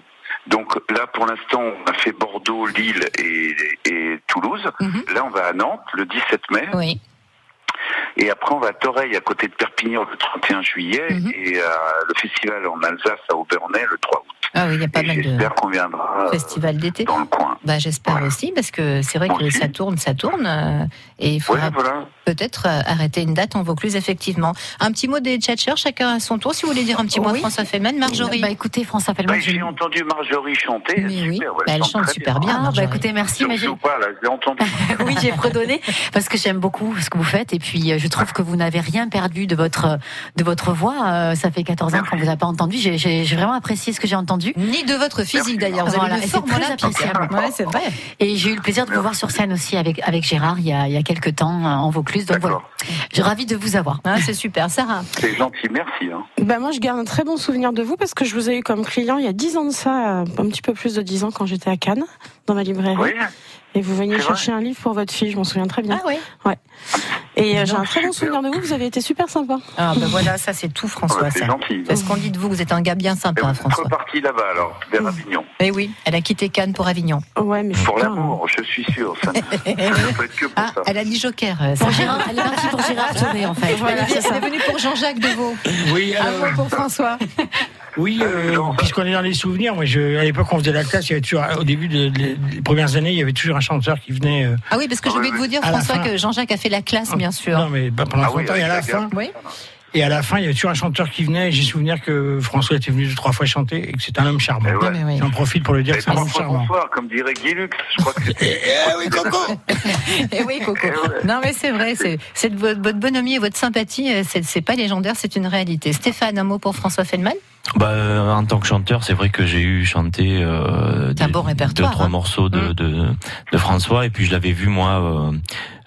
Speaker 7: Donc là, pour l'instant, on a fait Bordeaux, Lille et, et Toulouse.
Speaker 2: Mhm.
Speaker 7: Là, on va à Nantes le 17 mai.
Speaker 2: Oui.
Speaker 7: Et après, on va à Toreil, à côté de Perpignan, le 31 juillet,
Speaker 2: Mhm.
Speaker 7: et à le festival en Alsace, à Aubernay, le 3 août.
Speaker 2: Ah oui, il y a pas mal de
Speaker 7: J'espère qu'on viendra. euh,
Speaker 2: festivals d'été.
Speaker 7: Dans le coin.
Speaker 2: Bah, J'espère aussi, parce que c'est vrai que ça tourne, ça tourne. euh, Et il faudra peut-être euh, arrêter une date en Vaucluse, effectivement. Un petit mot des tchatcheurs, chacun à son tour. Si vous voulez dire un petit mot à François Feynman, Marjorie. Bah
Speaker 3: écoutez, François
Speaker 7: Bah, j'ai entendu Marjorie chanter. super, ouais,
Speaker 2: elle chante
Speaker 7: très
Speaker 2: super bien. Ah,
Speaker 3: Ah, bah
Speaker 2: Marjorie.
Speaker 3: écoutez, merci. mais j'ai-
Speaker 7: Surtout pas, là, je l'ai entendu.
Speaker 3: <laughs> oui, j'ai fredonné parce que j'aime beaucoup ce que vous faites et puis euh, je trouve que vous n'avez rien perdu de votre de votre voix. Euh, ça fait 14 ans qu'on vous a pas entendu. J'ai- J'ai j'ai vraiment apprécié ce que j'ai entendu.
Speaker 2: Ni de votre physique d'ailleurs. Vous
Speaker 3: Voilà,
Speaker 2: avez
Speaker 3: et
Speaker 2: une
Speaker 3: c'est
Speaker 2: forme
Speaker 3: très
Speaker 2: olympique.
Speaker 3: appréciable.
Speaker 2: Ouais, c'est vrai.
Speaker 3: Et j'ai eu le plaisir de vous voir sur scène aussi avec avec Gérard il y a il y a quelques temps euh, en Vaucluse. Donc voilà, je suis ravie de vous avoir.
Speaker 2: Ah, c'est super, Sarah.
Speaker 7: C'est gentil, merci. hein.
Speaker 6: Bah moi, je garde un très bon souvenir de vous parce que je vous ai eu comme client il y a 10 ans de ça, euh, un petit peu plus de 10 ans quand j'étais à Cannes, dans ma librairie.
Speaker 7: Oui.
Speaker 6: Et vous veniez
Speaker 7: C'est vrai.
Speaker 6: chercher un livre pour votre fille, je m'en souviens très bien.
Speaker 2: Ah oui
Speaker 6: Ouais. Et euh, j'ai un
Speaker 2: donc,
Speaker 6: très bon souvenir de vous, vous avez été super sympa.
Speaker 2: Ah ben voilà, ça c'est tout François.
Speaker 7: Ouais, c'est
Speaker 2: ça.
Speaker 7: gentil. Eh
Speaker 2: C'est ce qu'on dit de vous, vous êtes un gars bien sympa François.
Speaker 7: Reparti là-bas, alors, vers Avignon.
Speaker 2: Eh oui, elle a quitté Cannes pour Avignon.
Speaker 6: Ouais, mais
Speaker 7: Pour l'amour, je suis sûr. Ça ne ça ne peut être que pour ça.
Speaker 2: Mmh. Ah, Elle a dit Joker. euh,
Speaker 3: Pour
Speaker 2: Sarah.
Speaker 3: Gérard, elle est partie pour Gérard Touré en fait.
Speaker 2: Voilà,
Speaker 3: Elle est-
Speaker 2: c'est ça.
Speaker 3: elle est venue
Speaker 2: pour Jean-Jacques Devaux.
Speaker 5: Oui,
Speaker 7: Euh,
Speaker 2: Un
Speaker 5: alors-
Speaker 2: mot pour François.
Speaker 5: Oui, euh, puisqu'on est dans les souvenirs, moi, je, à l'époque, on faisait la classe, il y avait toujours, au début de- de- des premières années, il y avait toujours un chanteur qui venait. euh,
Speaker 2: Ah oui, parce que j'ai oublié de vous dire
Speaker 5: À la
Speaker 2: François
Speaker 5: fin.
Speaker 2: que Jean-Jacques a fait la classe, bien sûr.
Speaker 5: Non, mais pas pendant
Speaker 2: Ah oui,
Speaker 5: longtemps. et à la
Speaker 2: avec la
Speaker 5: fin,
Speaker 2: guerre. Oui.
Speaker 5: et à la fin, il y avait toujours un chanteur qui venait. et J'ai souvenir que François était venu deux trois fois chanter et que c'est un homme charmant.
Speaker 7: Eh ouais. Mais oui.
Speaker 5: J'en profite pour le dire,
Speaker 7: Et
Speaker 5: que c'est un
Speaker 7: trois
Speaker 5: homme
Speaker 7: fois
Speaker 5: charmant.
Speaker 7: bonsoir, comme dirait Guy Lux, je crois que c'était.
Speaker 2: <laughs>
Speaker 7: oui, Coco
Speaker 2: Eh oui, Coco. Non, mais c'est vrai, c'est c'est de votre, votre bonhomie et votre sympathie, euh, c'est c'est pas légendaire, c'est une réalité. Stéphane, un mot pour François Feldman
Speaker 4: Bah, euh, en tant que chanteur, c'est vrai que j'ai eu chanté euh,
Speaker 2: T'as un
Speaker 4: des-
Speaker 2: bon répertoire,
Speaker 4: deux trois
Speaker 2: hein.
Speaker 4: morceaux de, de de François et puis je l'avais vu moi euh,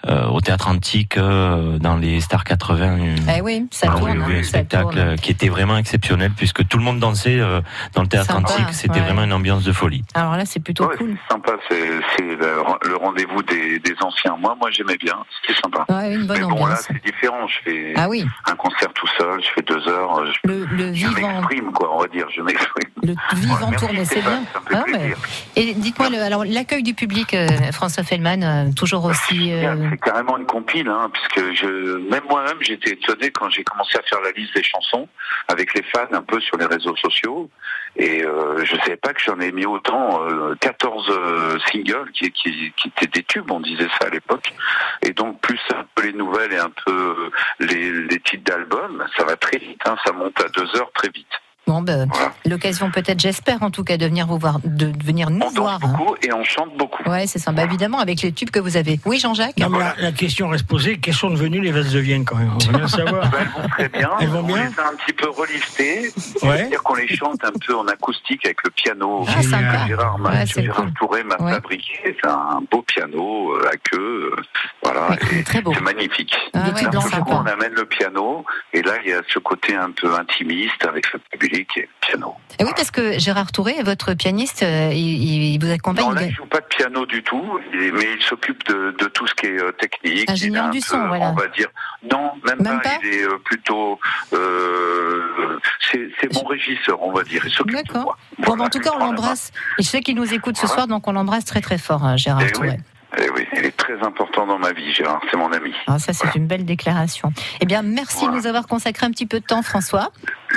Speaker 4: euh, au théâtre antique euh, dans les Stars 80. euh,
Speaker 2: Eh oui, ça
Speaker 4: Ah oui,
Speaker 2: tourne.
Speaker 4: oui,
Speaker 2: hein,
Speaker 4: un
Speaker 2: ça
Speaker 4: spectacle
Speaker 2: tourne.
Speaker 4: euh, qui était vraiment exceptionnel puisque tout le monde dansait euh, dans le théâtre
Speaker 2: Sympa,
Speaker 4: antique. C'était
Speaker 2: ouais.
Speaker 4: vraiment une ambiance de folie.
Speaker 2: Alors là, c'est plutôt cool.
Speaker 7: Sympa, c'est c'est le, le rendez-vous des, des anciens. Moi, moi, j'aimais bien. C'était sympa.
Speaker 2: Ouais, une bonne
Speaker 7: Mais bon, là,
Speaker 2: ambiance.
Speaker 7: c'est différent. Je fais
Speaker 2: Ah oui.
Speaker 7: un concert tout seul, je fais deux heures. euh, Je,
Speaker 2: Le, le
Speaker 7: je
Speaker 2: vivant.
Speaker 7: m'exprime, quoi, on va dire. Je m'exprime.
Speaker 2: Le vivant
Speaker 7: Ouais, merci,
Speaker 2: tourné, c'est bien.
Speaker 7: Stéphane, ça me fait
Speaker 2: Ah, mais-
Speaker 7: plaisir.
Speaker 2: Et dites-moi, le- alors l'accueil du public, euh, François Feldman, euh, toujours aussi. euh,
Speaker 7: C'est carrément une compile, hein, puisque je, même moi-même, j'étais étonné quand j'ai commencé à faire la liste des chansons avec les fans un peu sur les réseaux sociaux. Et euh, je ne savais pas que j'en ai mis autant, euh, 14 euh, singles qui, qui, qui étaient des tubes, on disait ça à l'époque. Et donc, plus un peu les nouvelles et un peu euh, les, les titres d'albums, ça va très vite, hein, ça monte à deux heures très vite.
Speaker 2: Bon, ben, l'occasion peut-être, j'espère en tout cas, de venir vous voir, de de venir nous voir. hein.
Speaker 7: Beaucoup, et on chante beaucoup.
Speaker 2: Ouais, c'est ça. Bah, évidemment, avec les tubes que vous avez. Oui, Jean-Jacques.
Speaker 5: Non, mais la, la question reste posée quelles sont devenues les valses de Vienne quand même On veut
Speaker 14: <laughs>
Speaker 5: bien savoir.
Speaker 7: Elles vont très bien.
Speaker 5: Elles vont
Speaker 7: on
Speaker 5: bien
Speaker 7: les a un petit peu reliftés.
Speaker 5: Ouais.
Speaker 7: C'est-à-dire qu'on les chante un peu en acoustique avec le piano.
Speaker 5: Ah, sympa.
Speaker 7: Gérard, m'a-
Speaker 5: Ouais, c'est
Speaker 7: Gérard Touré m'a fabriqué. C'est un beau piano euh, à queue. euh, Voilà. Et C'est magnifique.
Speaker 2: Ah, ouais,
Speaker 7: C'est un
Speaker 2: blanc,
Speaker 7: peu
Speaker 2: sympa.
Speaker 7: fou, on amène le piano. Et là, il y a ce côté un peu intimiste avec le public et le piano.
Speaker 2: Et eh oui, parce que Gérard Touré, votre pianiste, euh, il, il vous accompagne.
Speaker 7: Non, là,
Speaker 2: il-
Speaker 7: il joue pas de piano du tout, et- mais il s'occupe de, de tout ce qui est euh, technique. Il
Speaker 2: Ingénieur
Speaker 7: est un
Speaker 2: du
Speaker 7: peu,
Speaker 2: son, voilà.
Speaker 7: On va dire. Non, même, pas, Il est euh, plutôt. euh, c'est c'est mon régisseur, on va dire. Il s'occupe de moi.
Speaker 2: Bon, en tout cas, on l'embrasse. Et je sais qu'il nous écoute ce soir, donc on l'embrasse très très fort, hein, Gérard
Speaker 7: Ah. Eh oui.
Speaker 2: Touré.
Speaker 7: Eh oui, il est très important dans ma vie, Gérard. C'est mon ami.
Speaker 2: Ah, ça, c'est une belle déclaration. Eh bien, merci de nous avoir consacré un petit peu de temps, François.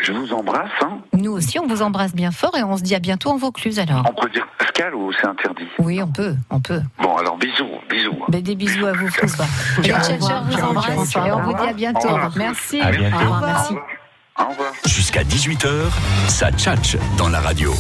Speaker 7: Je vous embrasse. hein.
Speaker 2: Nous aussi, on vous embrasse bien fort et on se dit à bientôt en Vaucluse alors.
Speaker 7: On peut dire Pascal ou c'est interdit
Speaker 2: Oui, on peut, on peut.
Speaker 7: Bon, alors bisous, bisous.
Speaker 2: Ben, des bisous à vous, François. Et Les
Speaker 7: Ciao.
Speaker 2: tchatcheurs vous
Speaker 7: Ciao, ciao,
Speaker 2: embrassent
Speaker 7: ciao.
Speaker 2: et on vous dit à
Speaker 7: Au
Speaker 2: bientôt.
Speaker 7: revoir.
Speaker 2: Merci. Ah.
Speaker 7: À bientôt.
Speaker 2: Au revoir.
Speaker 7: Au revoir.
Speaker 1: Jusqu'à 18h, ça tchatche dans la radio.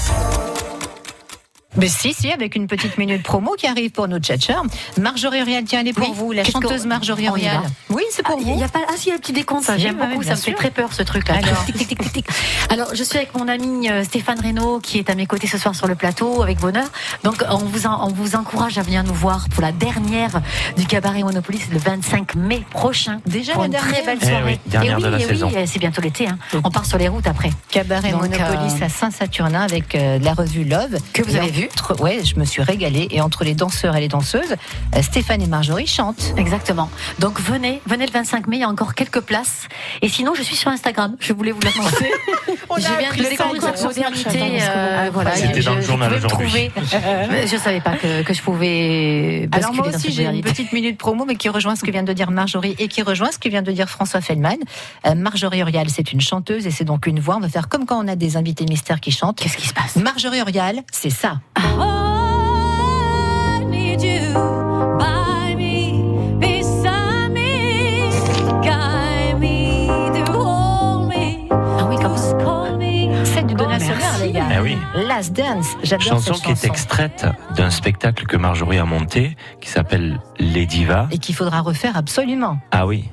Speaker 2: Mais si, si, avec une petite minute promo qui arrive pour nos tchatcheurs. Marjorie Aurial, tiens, elle est pour vous, la
Speaker 3: Qu'est-ce
Speaker 2: chanteuse
Speaker 3: qu'on-
Speaker 2: Marjorie
Speaker 3: on y va
Speaker 2: Aurial. Oui, c'est pour
Speaker 3: Ah,
Speaker 2: vous.
Speaker 3: y a pas- ah si, il y a le petit décompte, ça,
Speaker 2: Si,
Speaker 3: j'aime
Speaker 2: ouais,
Speaker 3: beaucoup,
Speaker 2: bien
Speaker 3: ça me fait
Speaker 2: sûr.
Speaker 3: très peur ce truc-là.
Speaker 2: Alors.
Speaker 3: Tic, tic, tic, tic, tic. Alors, je suis avec mon ami euh, Stéphane Reynaud qui est à mes côtés ce soir sur le plateau avec bonheur. Donc, on vous, en- on vous encourage à venir nous voir pour la dernière du cabaret Monopoly, c'est le 25 mai prochain.
Speaker 2: Déjà
Speaker 3: pour
Speaker 2: la
Speaker 3: une
Speaker 2: dernière
Speaker 3: très belle
Speaker 4: Eh
Speaker 3: soirée.
Speaker 4: oui, dernière
Speaker 3: Et oui,
Speaker 4: de la
Speaker 3: eh oui,
Speaker 4: saison.
Speaker 3: eh, c'est bientôt l'été. hein. On part sur les routes après.
Speaker 2: Cabaret
Speaker 3: Donc,
Speaker 2: Monopolis
Speaker 3: euh,
Speaker 2: à Saint-Saturnin avec euh, la revue Love.
Speaker 3: Que vous
Speaker 2: Et
Speaker 3: avez
Speaker 2: entre-
Speaker 3: vu.
Speaker 2: Ouais, je me suis régalée. Et entre les danseurs et les danseuses, euh, Stéphane et Marjorie chantent.
Speaker 3: Exactement. Donc venez, venez le 25 mai, il y a encore quelques places. Et sinon, je suis sur Instagram. Je voulais vous
Speaker 2: <laughs>
Speaker 3: l'annoncer. J'ai bien de découvrir cette modernité. euh, voilà,
Speaker 4: C'était
Speaker 3: je-
Speaker 4: dans le
Speaker 3: je
Speaker 4: journal
Speaker 3: pouvais me
Speaker 4: aujourd'hui.
Speaker 3: trouver. Je savais pas que, que je pouvais.
Speaker 2: Alors
Speaker 3: basculer
Speaker 2: moi
Speaker 3: dans
Speaker 2: aussi
Speaker 3: cette
Speaker 2: j'ai une
Speaker 3: modernité.
Speaker 2: petite minute promo mais qui rejoint ce que vient de dire Marjorie et qui rejoint ce que vient de dire François Feldman. Euh, Marjorie Urial, c'est une chanteuse et c'est donc une voix. On va faire comme quand on a des invités mystères qui chantent.
Speaker 3: Qu'est-ce qui se passe
Speaker 2: Marjorie Urial, c'est ça.
Speaker 4: Oh,
Speaker 15: I need you by me, beside me, guide me, through, hold me, just call me.
Speaker 2: C'est du Donna Summer, les gars.
Speaker 4: Eh oui.
Speaker 2: Last Dance, j'adore
Speaker 4: Chanson
Speaker 2: cette
Speaker 4: qui est
Speaker 2: chanson.
Speaker 4: extraite d'un spectacle que Marjorie a monté qui s'appelle Les Divas.
Speaker 2: Et qu'il faudra refaire absolument.
Speaker 4: Ah oui.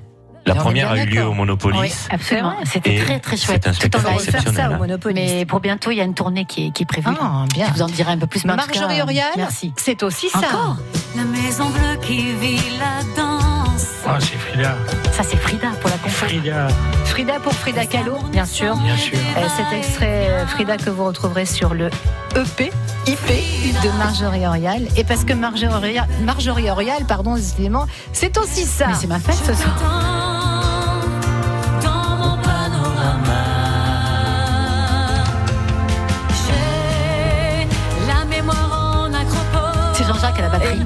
Speaker 4: La
Speaker 2: Et on est
Speaker 4: première a
Speaker 2: bien
Speaker 4: eu lieu
Speaker 2: d'accord.
Speaker 4: au Monopolis.
Speaker 2: Oui,
Speaker 3: Absolument.
Speaker 2: C'est vrai.
Speaker 3: C'était
Speaker 4: Et
Speaker 3: très très chouette.
Speaker 4: c'est un spectacle
Speaker 3: en live.
Speaker 4: exceptionnel, hein.
Speaker 3: Mais pour bientôt, il y a une tournée qui est, qui est prévue.
Speaker 2: Ah, bien.
Speaker 3: Je vous en dirai un peu plus. mais en tout cas,
Speaker 2: Marjorie Urial,
Speaker 3: Merci.
Speaker 2: c'est aussi ça.
Speaker 3: Encore
Speaker 15: La maison bleue qui vit la danse.
Speaker 5: Ah, c'est Frida.
Speaker 3: Ça c'est Frida pour la conférence.
Speaker 5: Frida.
Speaker 2: Frida pour Frida Kahlo, bien sûr.
Speaker 5: Bien sûr.
Speaker 2: Euh, cet extrait euh, Frida que vous retrouverez sur le EP, IP de Marjorie Orial. Et parce que Marjorie Orial, Marjorie Orial pardon, décidément, c'est aussi ça.
Speaker 3: Mais c'est ma fête ce soir.
Speaker 15: Dans mon panorama, j'ai la mémoire en acropole.
Speaker 3: C'est Jean-Jacques à la batterie.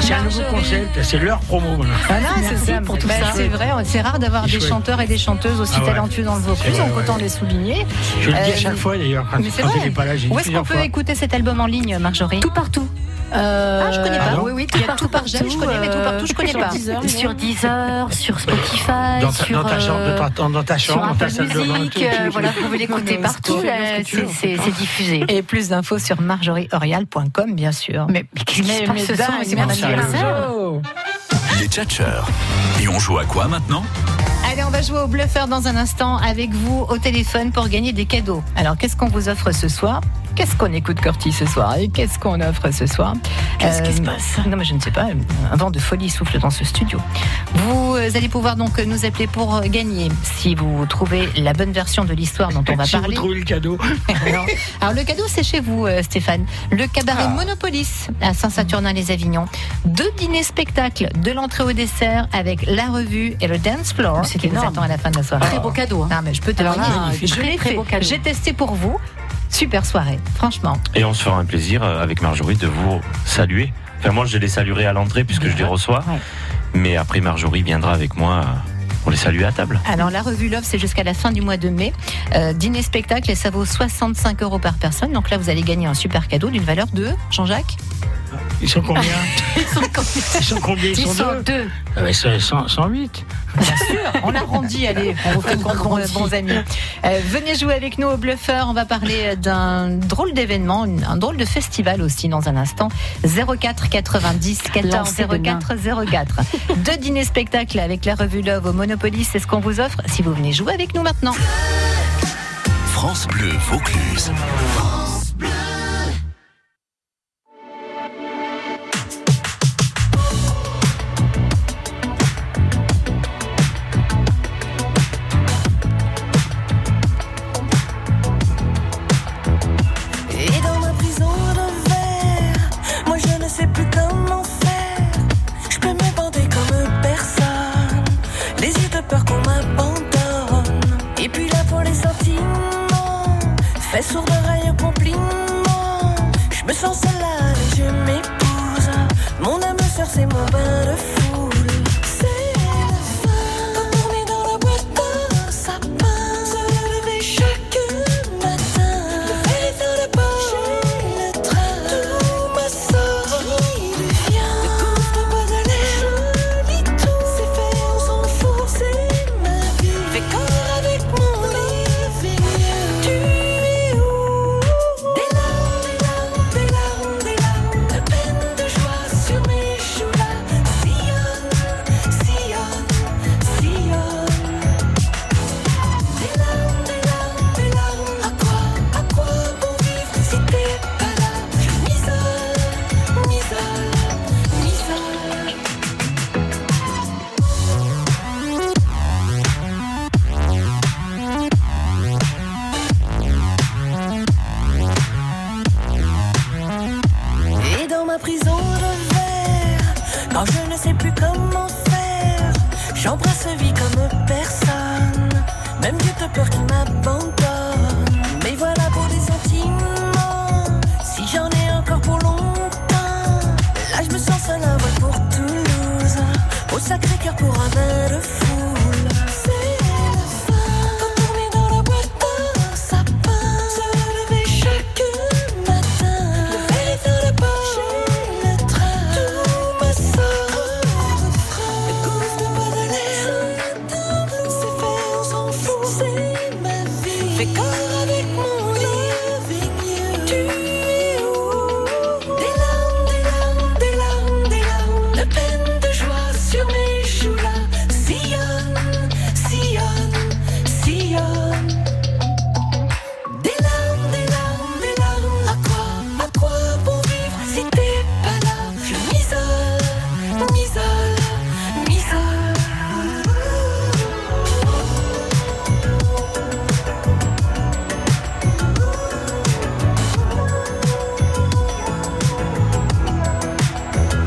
Speaker 5: C'est un nouveau concept, c'est leur promo. maintenant.
Speaker 2: Voilà, c'est
Speaker 3: Merci
Speaker 2: ça.
Speaker 3: pour tout
Speaker 2: Bah,
Speaker 3: ça.
Speaker 2: C'est vrai, c'est rare d'avoir
Speaker 5: C'est
Speaker 2: des
Speaker 5: chouette.
Speaker 2: chanteurs et des chanteuses aussi
Speaker 5: Ah ouais.
Speaker 2: talentueux dans le Vaucluse,
Speaker 5: C'est vrai,
Speaker 2: donc autant
Speaker 5: ouais.
Speaker 2: les souligner.
Speaker 5: Je le dis à
Speaker 2: Euh,
Speaker 5: chaque fois d'ailleurs. Quand
Speaker 2: Mais c'est
Speaker 5: quand
Speaker 2: vrai.
Speaker 5: t'étais pas là, j'ai dit
Speaker 2: Où est-ce qu'on
Speaker 5: plusieurs
Speaker 2: peut
Speaker 5: fois.
Speaker 2: écouter cet album en ligne, Marjorie
Speaker 3: Tout partout. Euh,
Speaker 2: Ah, je connais pas.
Speaker 5: pardon
Speaker 2: Oui, oui, il y a tout par j'aime, je connais, mais tout partout, je connais
Speaker 3: sur
Speaker 2: pas.
Speaker 3: Deezer, sur Deezer, sur Spotify,
Speaker 5: Dans ta,
Speaker 3: sur,
Speaker 5: dans ta chambre,
Speaker 3: euh,
Speaker 5: dans ta- dans ta
Speaker 3: sur
Speaker 5: chambre, dans ta
Speaker 3: Apple
Speaker 5: salle de bain.
Speaker 3: Music,
Speaker 5: tout-
Speaker 3: euh,
Speaker 5: tout-
Speaker 3: voilà, vous pouvez l'écouter
Speaker 2: Non,
Speaker 3: partout,
Speaker 2: mais
Speaker 3: là,
Speaker 2: ce que tu veux, ce que
Speaker 3: c'est
Speaker 2: tu
Speaker 3: c'est- c'est diffusé.
Speaker 2: Et plus d'infos sur marjorieorial.com, bien sûr.
Speaker 3: Mais, mais qu'est-ce qui se passe ce soir Mais c'est mon
Speaker 5: dingue,
Speaker 3: anniversaire
Speaker 4: hein.
Speaker 1: Les tchatcheurs. Et on joue à quoi maintenant
Speaker 2: Allez, on va jouer au bluffeur dans un instant avec vous au téléphone pour gagner des cadeaux. Alors, qu'est-ce qu'on vous offre ce soir Qu'est-ce qu'on écoute Corti ce soir Et qu'est-ce qu'on offre ce soir Qu'est-ce qui se passe Non, mais je ne sais pas. Un vent de folie souffle dans ce studio. Vous euh, allez pouvoir donc nous appeler pour euh, gagner si vous trouvez la bonne version de l'histoire dont on va
Speaker 5: Si vous
Speaker 2: parler.
Speaker 5: trouvez le cadeau,
Speaker 2: Alors, alors, le cadeau, c'est chez vous, euh, Stéphane. Le
Speaker 3: Ah.
Speaker 2: cabaret Monopolis à Saint-Saturnin-les-Avignon. Deux dîners spectacles, de l'entrée au dessert avec la revue et le dance floor
Speaker 3: C'est
Speaker 2: qui vous
Speaker 3: énorme.
Speaker 2: attend à la fin de la soirée.
Speaker 3: Très beau cadeau. hein.
Speaker 2: Non, mais je peux te
Speaker 3: Alors
Speaker 2: dire,
Speaker 3: là, magnifique.
Speaker 2: je
Speaker 3: Très,
Speaker 2: l'ai
Speaker 3: très
Speaker 2: fait.
Speaker 3: beau cadeau.
Speaker 2: J'ai testé pour vous. Super soirée, franchement.
Speaker 4: Et on se fera un plaisir euh, avec Marjorie de vous saluer. Enfin, moi, je les saluerai à l'entrée puisque je les reçois.
Speaker 3: Ouais.
Speaker 4: Mais après, Marjorie viendra avec moi euh, pour les saluer à table.
Speaker 2: Alors la revue Love, c'est jusqu'à la fin du mois de mai. Euh, dîner spectacle et ça vaut 65 euros par personne. Donc là, vous allez gagner un super cadeau d'une valeur de, Jean-Jacques
Speaker 5: ils sont combien
Speaker 3: Ils sont combien
Speaker 5: Ils sont combien Ils
Speaker 3: Ils
Speaker 5: sont
Speaker 3: sont
Speaker 5: deux
Speaker 3: deux.
Speaker 5: Ah ouais, c'est 100 108.
Speaker 2: On <laughs> arrondit, allez, on vous fait de grands,
Speaker 3: Arrondit.
Speaker 2: bons amis. Euh, venez jouer avec nous au Bluffeur. On va parler d'un drôle d'événement, une- un drôle de festival aussi dans un instant. 04 90 14
Speaker 3: Lancez demain.
Speaker 2: 04 04. Deux dîners spectacles avec la revue Love au Monopoly, c'est ce qu'on vous offre si vous venez jouer avec nous maintenant.
Speaker 1: France Bleu Vaucluse.
Speaker 15: Et dans ma prison de verre, moi je ne sais plus comment faire. Je peux m'ébander comme personne, les yeux de peur qu'on m'abandonne. Et puis là pour les sentiments, fais sourd d'oreille aux compliments. Je me sens seule et je m'épouse. Mon âme sœur, c'est mon bain de foule. C'est la fin, pas dormi dans la boîte à sapin. Se lever chaque matin, lever vers le bord. J'ai le train, tout ma sortie devient. Le coffre de Baudelaire, joli tout. C'est fait, on s'en fout, c'est ma vie. Fais comme ma prison de verre. Quand je ne sais plus comment faire, j'embrasse la vie comme personne. Même Dieu de peur qu'il m'abandonne. Mais voilà pour des sentiments. Si j'en ai encore pour longtemps, là je me sens seul à voile pour Toulouse. Au sacré cœur pour un bain de foule. C'est la fin. Quand on est dans la boîte à sapin, se lever chaque matin. Lever vers le bord, j'ai le train. Tout me sort. Le gouffre de Baudelaire, c'est fait, on s'en fout. C'est ma vie. Fais corps avec mon lit. Tu es où Des larmes, des larmes, des larmes, des larmes. De peine, de joie sur mes joues là. Sillonne, sillonne, sillonne. Des larmes, des larmes, des larmes. À quoi, à quoi bon vivre si t'es pas là Je m'isole, m'isole, m'isole.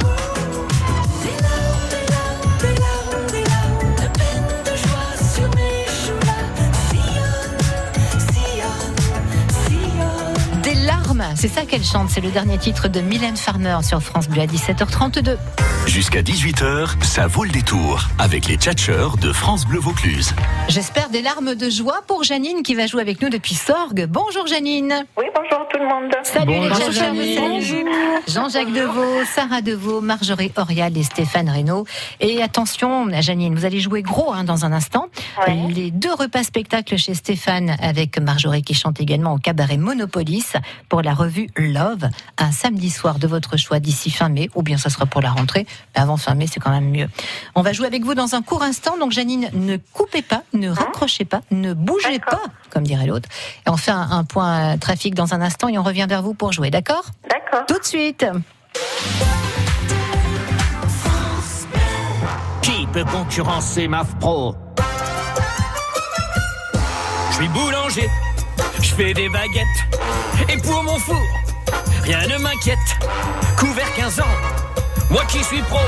Speaker 15: Des larmes, des larmes, des larmes, des larmes. De peine, de joie sur mes joues là. Sillonne, sillonne, sillonne.
Speaker 2: Des larmes, c'est ça qu'elle chante, c'est le dernier titre de Mylène Farmer sur France Bleu à 17h32.
Speaker 1: Jusqu'à 18h, ça vaut le détour avec les tchatcheurs de France Bleu Vaucluse.
Speaker 2: J'espère des larmes de joie pour Janine qui va jouer avec nous depuis Sorgue. Bonjour Janine.
Speaker 12: Oui, bonjour tout le monde.
Speaker 2: Salut
Speaker 12: Bonjour,
Speaker 2: les tchatcheurs,
Speaker 12: Janine.
Speaker 2: salut. Jean-Jacques Deveau, Sarah Deveau, Marjorie Orial et Stéphane Reynaud. Et attention, Janine, vous allez jouer gros hein, dans un instant. Les deux repas spectacles chez Stéphane avec Marjorie qui chante également au cabaret Monopolis pour la revue Love, un samedi soir de votre choix d'ici fin mai, ou bien ça sera pour la rentrée. Mais avant fin mai, c'est quand même mieux. On va jouer avec vous dans un court instant. Donc, Janine, ne coupez pas, ne raccrochez pas, ne bougez pas, comme dirait l'autre. Et on fait un, un point euh, trafic dans un instant et on revient vers vous pour jouer, d'accord
Speaker 12: D'accord.
Speaker 2: Tout de suite.
Speaker 16: Qui peut concurrencer MAF Pro Je suis boulanger, je fais des baguettes. Et pour mon four, rien ne m'inquiète. Couvert 15 ans, moi qui suis pro,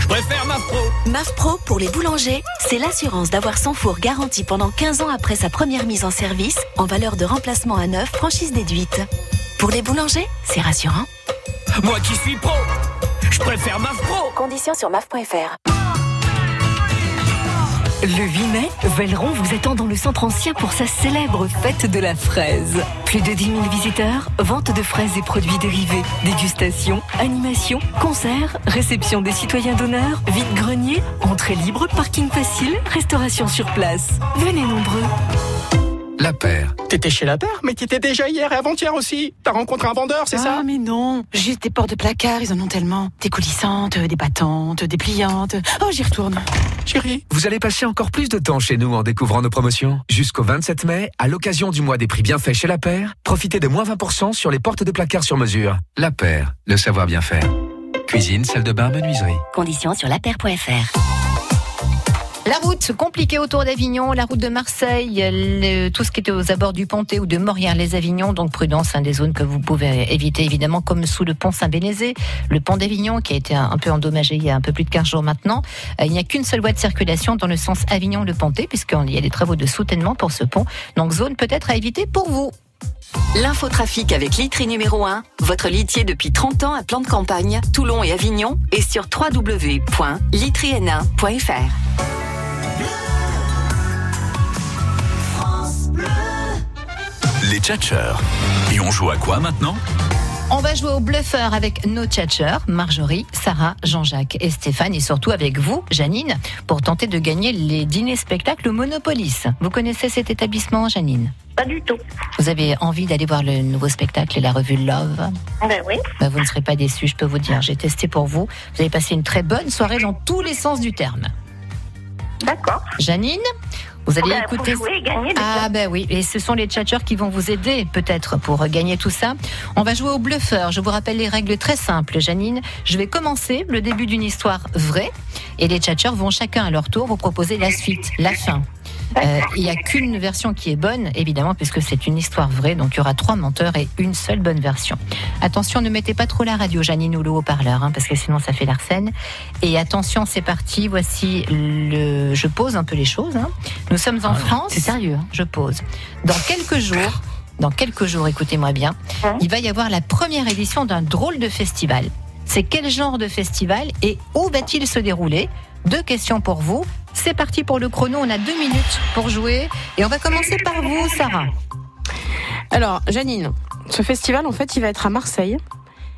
Speaker 16: je préfère MAF Pro.
Speaker 17: MAF Pro pour les boulangers, c'est l'assurance d'avoir son four garanti pendant 15 ans après sa première mise en service, en valeur de remplacement à neuf, franchise déduite. Pour les boulangers, c'est rassurant.
Speaker 16: Moi qui suis pro, je préfère MAF Pro.
Speaker 17: Conditions sur maf.fr.
Speaker 18: Le 8 mai, Velleron vous attend dans le centre ancien pour sa célèbre fête de la fraise. Plus de 10 000 visiteurs, vente de fraises et produits dérivés, dégustation, animation, concerts, réception des citoyens d'honneur, vide-grenier, entrée libre, parking facile, restauration sur place. Venez nombreux.
Speaker 14: La paire. T'étais chez la paire, mais t'étais déjà hier et avant-hier aussi. T'as rencontré un vendeur, c'est ça
Speaker 19: Ah, mais non. Juste des portes de placard, ils en ont tellement. Des coulissantes, des battantes, des pliantes. Oh, j'y retourne.
Speaker 20: Chérie, vous allez passer encore plus de temps chez nous en découvrant nos promotions. Jusqu'au 27 mai, à l'occasion du mois des prix bien faits chez La Paire, profitez de moins 20% sur les portes de placard sur mesure. La Paire, le savoir bien faire. Cuisine, salle de bain, menuiserie.
Speaker 17: Conditions sur lapaire.fr.
Speaker 2: La route compliquée autour d'Avignon, la route de Marseille, le- tout ce qui était aux abords du Pontet ou de Morières-les-Avignon, donc prudence, hein, des zones que vous pouvez éviter évidemment, comme sous le pont Saint-Bénézé, le pont d'Avignon qui a été un, un peu endommagé il y a un peu plus de 15 jours maintenant. Euh, il n'y a qu'une seule voie de circulation dans le sens Avignon-le-Pontet, puisqu'il y a des travaux de soutènement pour ce pont, donc zone peut-être à éviter pour vous.
Speaker 17: L'infotrafic avec Litry numéro 1, votre litier depuis 30 ans à plan de campagne, Toulon et Avignon, et sur www.litryn1.fr.
Speaker 1: Les tchatcheurs. Et on joue à quoi maintenant
Speaker 2: On va jouer au bluffeur avec nos tchatcheurs, Marjorie, Sarah, Jean-Jacques et Stéphane, et surtout avec vous, Janine, pour tenter de gagner les dîners spectacles au Monopolis. Vous connaissez cet établissement, Janine
Speaker 12: Pas du tout.
Speaker 2: Vous avez envie d'aller voir le nouveau spectacle, la revue Love
Speaker 12: Ben oui.
Speaker 2: Bah, Vous ne serez pas déçus, je peux vous dire. J'ai testé pour vous. Vous avez passé une très bonne soirée dans tous les sens du terme.
Speaker 12: D'accord.
Speaker 2: Janine vous allez
Speaker 12: Ben, faut
Speaker 2: écouter.
Speaker 12: jouer et gagner,
Speaker 2: ah ben oui, et ce sont les tchatcheurs qui vont vous aider peut-être pour gagner tout ça. On va jouer au bluffeur. Je vous rappelle les règles très simples, Janine. Je vais commencer le début d'une histoire vraie et les tchatcheurs vont chacun à leur tour vous proposer la suite, la fin. Euh, Il n'y a qu'une version qui est bonne, évidemment, puisque c'est une histoire vraie. Donc il y aura trois menteurs et une seule bonne version. Attention, ne mettez pas trop la radio, Janine, ou le haut-parleur, hein, parce que sinon ça fait l'arsène. Et attention, c'est parti. Voici le. Je pose un peu les choses. hein. Nous sommes en France. C'est sérieux. hein. Je pose. Dans quelques jours. Dans quelques jours, écoutez-moi bien, il va y avoir la première édition d'un drôle de festival. C'est quel genre de festival et où va-t-il se dérouler Deux questions pour vous. C'est parti pour le chrono, on a deux minutes pour jouer. Et on va commencer par vous, Sarah.
Speaker 6: Alors, Janine, ce festival, en fait, il va être à Marseille.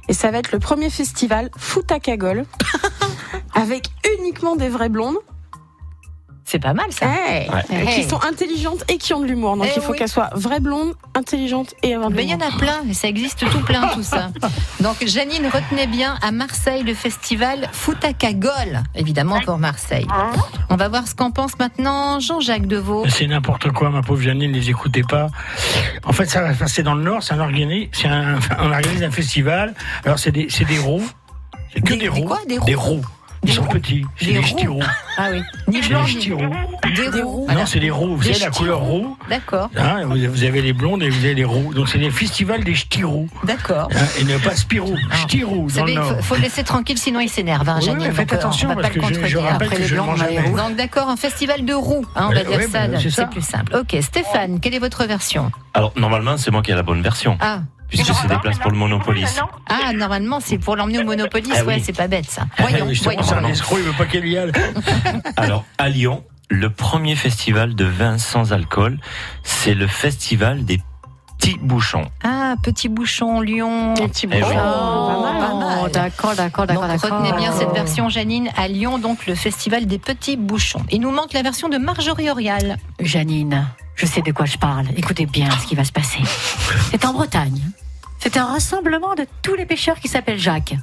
Speaker 6: Et ça va être le premier festival foot à
Speaker 2: <laughs>
Speaker 6: cagole. avec uniquement des vraies blondes.
Speaker 2: C'est pas mal, ça.
Speaker 6: Et Qui sont intelligentes et qui ont de l'humour. Donc
Speaker 2: Eh
Speaker 6: il faut
Speaker 2: oui.
Speaker 6: qu'elles soient vraies blondes, intelligentes et avant de
Speaker 2: Mais il y en a
Speaker 6: l'humour.
Speaker 2: plein, et ça existe tout plein, tout ça. Donc, Janine, retenez bien, à Marseille, le festival Futacagol, évidemment pour Marseille. On va voir ce qu'en pense maintenant Jean-Jacques Deveau.
Speaker 5: C'est n'importe quoi, ma pauvre Janine, les écoutez pas. En fait, ça va se passer dans le Nord, c'est un organi- c'est un, on organise un festival. Alors, c'est des, c'est des roux. C'est que des, roux.
Speaker 2: quoi, des roux
Speaker 5: Des roux. Ils sont petits. C'est des, styros.
Speaker 2: Ah oui. Ni
Speaker 5: C'est
Speaker 2: blanc,
Speaker 5: des
Speaker 2: ni
Speaker 5: styros.
Speaker 2: Des roux.
Speaker 5: Non, c'est des roux. Vous
Speaker 2: Des
Speaker 5: savez, la
Speaker 2: ch'tis
Speaker 5: couleur
Speaker 2: roux.
Speaker 5: roux.
Speaker 2: D'accord.
Speaker 5: hein, vous vous avez les blondes et vous avez les roux. Donc, c'est les festivals des ch'tirous.
Speaker 2: D'accord.
Speaker 5: Hein, et ne pas Spirou. Ch'tirous,
Speaker 2: Vous
Speaker 5: dans
Speaker 2: savez,
Speaker 5: le
Speaker 2: il
Speaker 5: Nord.
Speaker 2: faut, faut le laisser tranquille, sinon il s'énerve, hein,
Speaker 5: Oui,
Speaker 2: Janine.
Speaker 5: mais faites
Speaker 2: Donc, euh,
Speaker 5: attention,
Speaker 2: on va pas
Speaker 5: parce
Speaker 2: le
Speaker 5: que je- je
Speaker 2: contredire.
Speaker 5: rappelle
Speaker 2: Après
Speaker 5: que
Speaker 2: les
Speaker 5: je ne
Speaker 2: blancs,
Speaker 5: mange
Speaker 2: on va les
Speaker 5: jamais.
Speaker 2: roux. Donc d'accord, un festival de roux, hein, on va
Speaker 4: Ouais,
Speaker 2: dire
Speaker 4: ouais,
Speaker 2: ça,
Speaker 4: bah, c'est ça.
Speaker 2: c'est plus simple. Ok, Stéphane, quelle est votre version
Speaker 4: Alors, normalement, c'est moi qui ai la bonne version.
Speaker 2: Ah.
Speaker 4: Puisque c'est des places pour le Monopolis.
Speaker 2: Ah, normalement, c'est pour l'emmener au Monopolis,
Speaker 4: Ah
Speaker 2: ouais,
Speaker 4: oui.
Speaker 2: c'est pas bête ça. Voyons, voyons.
Speaker 5: Eh, C'est un escroc, il veut pas qu'elle y aille.
Speaker 4: Alors, à Lyon, le premier festival de vin sans alcool, c'est le festival des petits bouchons.
Speaker 2: Ah, petit bouchon, Lyon. Petit
Speaker 6: Oh,
Speaker 4: bouchon. Eh oui.
Speaker 3: Oh,
Speaker 6: hein.
Speaker 2: pas mal. D'accord, d'accord, d'accord. Retenez bien cette version, Janine, à Lyon, donc le festival des petits bouchons. Il nous manque la version de Marjorie Orial.
Speaker 3: Janine, je sais de quoi je parle. Écoutez bien ce qui va se passer. C'est en Bretagne. C'est un rassemblement de tous les pêcheurs qui s'appellent Jacques.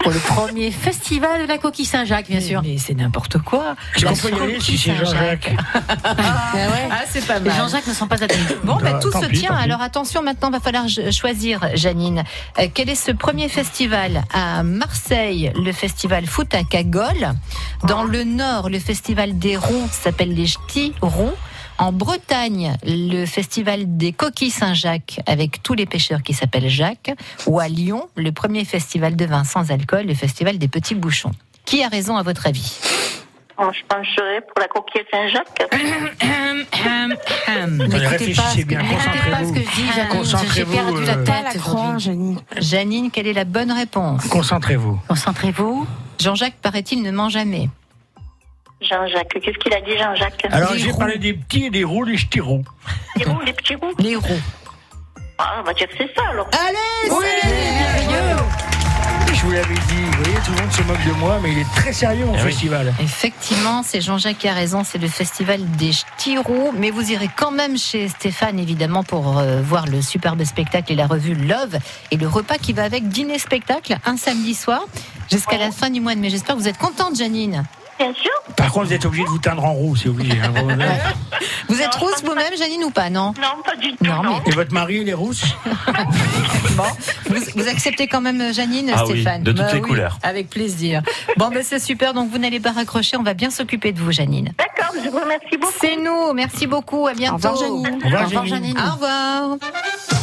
Speaker 3: Pour
Speaker 2: <laughs>
Speaker 3: le premier festival de la coquille Saint-Jacques, bien sûr.
Speaker 2: Eh Mais c'est n'importe quoi.
Speaker 5: Est-ce qu'on peut y aller si c'est Jean-Jacques
Speaker 2: Ah, c'est pas
Speaker 3: Les
Speaker 2: mal.
Speaker 3: Jean-Jacques ne sont pas admis.
Speaker 2: Bon, bah,
Speaker 5: Ah,
Speaker 2: tout
Speaker 5: tant
Speaker 2: se
Speaker 5: pis,
Speaker 2: tient.
Speaker 5: tant pis.
Speaker 2: Alors attention, maintenant, va falloir je- choisir, Janine. Euh, quel est ce premier festival à Marseille Le festival Foot à Cagole. Dans le Nord, le festival des ronds s'appelle les Ch'tis ronds. En Bretagne, le festival des coquilles Saint-Jacques avec tous les pêcheurs qui s'appellent Jacques. Ou à Lyon, le premier festival de vin sans alcool, le festival des petits bouchons. Qui a raison à votre avis
Speaker 12: Bon, je pencherai pour la coquille Saint-Jacques.
Speaker 2: N'écoutez
Speaker 5: réfléchissez
Speaker 2: pas ce Bah, que-
Speaker 5: bien,
Speaker 2: n'écoutez pas ce que je dis,
Speaker 5: concentrez-vous.
Speaker 2: Janine,
Speaker 5: Concentrez-vous,
Speaker 2: j'ai perdu la tête
Speaker 5: euh, Pas la
Speaker 2: aujourd'hui. Janine, quelle est la bonne réponse
Speaker 5: Concentrez-vous.
Speaker 2: Concentrez-vous. Jean-Jacques, paraît-il, ne ment jamais.
Speaker 12: Jean-Jacques, qu'est-ce qu'il a dit, Jean-Jacques
Speaker 5: Alors, j'ai parlé des petits et des roux, des ch'tirous.
Speaker 12: Les roues, les petits roues.
Speaker 2: Les roues.
Speaker 12: Ah, on va dire que c'est ça, alors.
Speaker 2: Allez,
Speaker 5: Je vous l'avais dit, vous voyez, tout le monde se moque de moi, mais il est très sérieux mon
Speaker 4: Eh oui.
Speaker 5: festival.
Speaker 2: Effectivement, c'est Jean-Jacques qui a raison, c'est le festival des Ch'tirous, mais vous irez quand même chez Stéphane, évidemment, pour euh, voir le superbe spectacle et la revue Love, et le repas qui va avec dîner spectacle, un samedi soir, jusqu'à la fin du mois de mai. J'espère que vous êtes contente, Janine.
Speaker 12: Bien sûr.
Speaker 5: Par contre, vous êtes obligé de vous teindre en roux, c'est obligé. hein, vous-
Speaker 2: <laughs> Vous êtes rousse vous-même, Janine, ou pas, non
Speaker 12: Non, pas du tout.
Speaker 2: Non, mais
Speaker 5: Et votre mari, il est rousse
Speaker 2: Bon, vous, vous acceptez quand même euh, Janine,
Speaker 5: Ah oui,
Speaker 2: Stéphane Bah
Speaker 5: de toutes les couleurs.
Speaker 2: Avec plaisir. Bon, ben c'est super, donc vous n'allez pas raccrocher, on va bien s'occuper de vous, Janine.
Speaker 12: D'accord, je vous remercie beaucoup.
Speaker 2: C'est nous, merci beaucoup, à bientôt.
Speaker 12: revoir, Janine.
Speaker 2: Au revoir, Janine. Au revoir.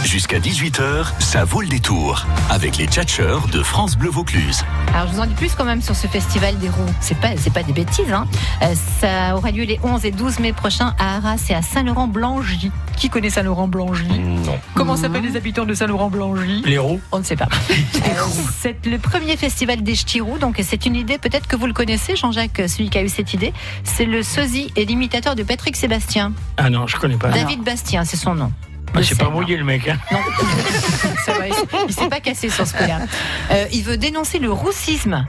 Speaker 1: Jusqu'à 18h, ça vaut le détour avec les tchatcheurs de France Bleu Vaucluse.
Speaker 2: Alors, je vous en dis plus quand même sur ce festival des roues. C'est pas, c'est pas des bêtises, hein. Euh, ça aura lieu les 11 et 12 mai prochains à Arras et à Saint-Laurent-Blangy. Qui connaît Saint-Laurent-Blangy
Speaker 4: Non.
Speaker 2: Comment s'appellent les habitants de Saint-Laurent-Blangy
Speaker 5: Les roues
Speaker 2: On ne sait pas. c'est le premier festival des ch'tirous, donc c'est une idée, peut-être que vous le connaissez, Jean-Jacques, celui qui a eu cette idée. C'est le sosie et l'imitateur de Patrick Sébastien.
Speaker 5: Ah non, je connais pas.
Speaker 2: David Bastien, c'est son nom.
Speaker 5: Ah, C'est pas mouillé le mec. Hein.
Speaker 2: Ça va, il s- il s'est pas cassé sur ce coup-là. <laughs> Euh, il veut dénoncer le roussisme.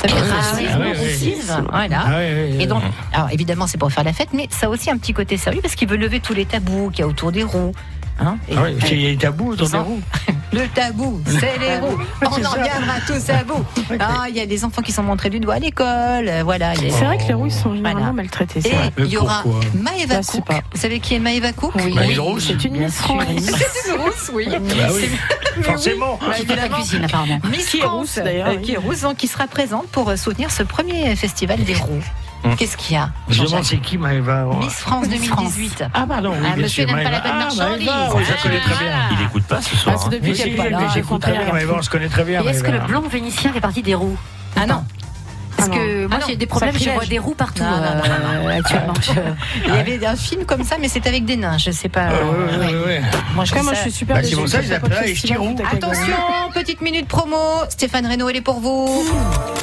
Speaker 2: Ça veut dire
Speaker 5: Ah oui,
Speaker 2: racisme,
Speaker 5: ah oui, oui.
Speaker 2: roussisme, voilà.
Speaker 5: Ah oui, oui, oui.
Speaker 2: Et donc, alors évidemment, c'est pour faire la fête, mais ça a aussi un petit côté sérieux parce qu'il veut lever tous les tabous qu'il y a autour des roues. hein. Et-
Speaker 5: Ah oui, c'est- il y a des tabous dans les roues.
Speaker 2: <laughs> Le tabou, c'est les roues. On en
Speaker 5: C'est ça.
Speaker 2: viendra tous à bout. Ah, Il y a des enfants qui sont montrés du doigt à l'école. euh, Voilà. il y a-
Speaker 6: C'est vrai que les roues, ils sont généralement
Speaker 2: Voilà.
Speaker 6: maltraités. c'est
Speaker 2: Et
Speaker 6: vrai.
Speaker 2: il y aura
Speaker 6: Pourquoi
Speaker 2: Maeva
Speaker 6: Bah,
Speaker 2: Cook. Vous savez qui est Maeva Cook Oui,
Speaker 6: Bah, une rousse. c'est une Bien
Speaker 2: Miss
Speaker 6: sûr, France. une Miss.
Speaker 2: <laughs> C'est une rousse, oui.
Speaker 6: Bah oui,
Speaker 2: <laughs> Mais oui.
Speaker 5: forcément.
Speaker 2: Bah,
Speaker 3: Qui fait la
Speaker 2: évidemment.
Speaker 3: cuisine, apparemment.
Speaker 2: Miss
Speaker 6: Qui est
Speaker 2: France,
Speaker 6: rousse, d'ailleurs,
Speaker 2: euh,
Speaker 6: oui.
Speaker 2: Qui est rousse, donc, qui sera présente pour euh, soutenir ce premier euh, festival des roues. Qu'est-ce qu'il y a
Speaker 5: Je demande c'est qui Maëva ouais.
Speaker 2: Miss France 2018.
Speaker 5: Ah, pardon, oui,
Speaker 2: Ah,
Speaker 5: bien
Speaker 2: monsieur
Speaker 5: sûr,
Speaker 2: n'aime pas la
Speaker 5: Maëva.
Speaker 2: bonne
Speaker 5: Ah,
Speaker 2: marchandise.
Speaker 5: Maëva, oui, je la connais très bien.
Speaker 4: Il écoute pas ce soir.
Speaker 2: Ah, c'est depuis
Speaker 5: Mais
Speaker 2: qu'elle
Speaker 5: si,
Speaker 2: parle.
Speaker 5: mais
Speaker 2: J'ai
Speaker 5: j'écoute très
Speaker 2: compris.
Speaker 5: bien, Maëva, on se connaît très bien.
Speaker 3: Et est-ce que
Speaker 5: Maëva.
Speaker 3: le blond vénitien fait partie des roues Ah non. Parce que moi
Speaker 2: Ah non,
Speaker 3: j'ai des problèmes, je
Speaker 2: sacrilège.
Speaker 3: vois des roues partout
Speaker 2: Non, non, non,
Speaker 3: euh, actuellement.
Speaker 2: Il y avait un film comme ça, mais c'était avec des nains. Je sais pas.
Speaker 5: Ah, Ouais, ouais, ouais.
Speaker 2: Moi, je trouve
Speaker 5: Moi,
Speaker 2: ça-
Speaker 5: je suis super Bah, c'est déçue. pour ça qu'ils appellent ça Estirou.
Speaker 2: Attention, petite minute promo. Stéphane Reynaud, elle est pour vous.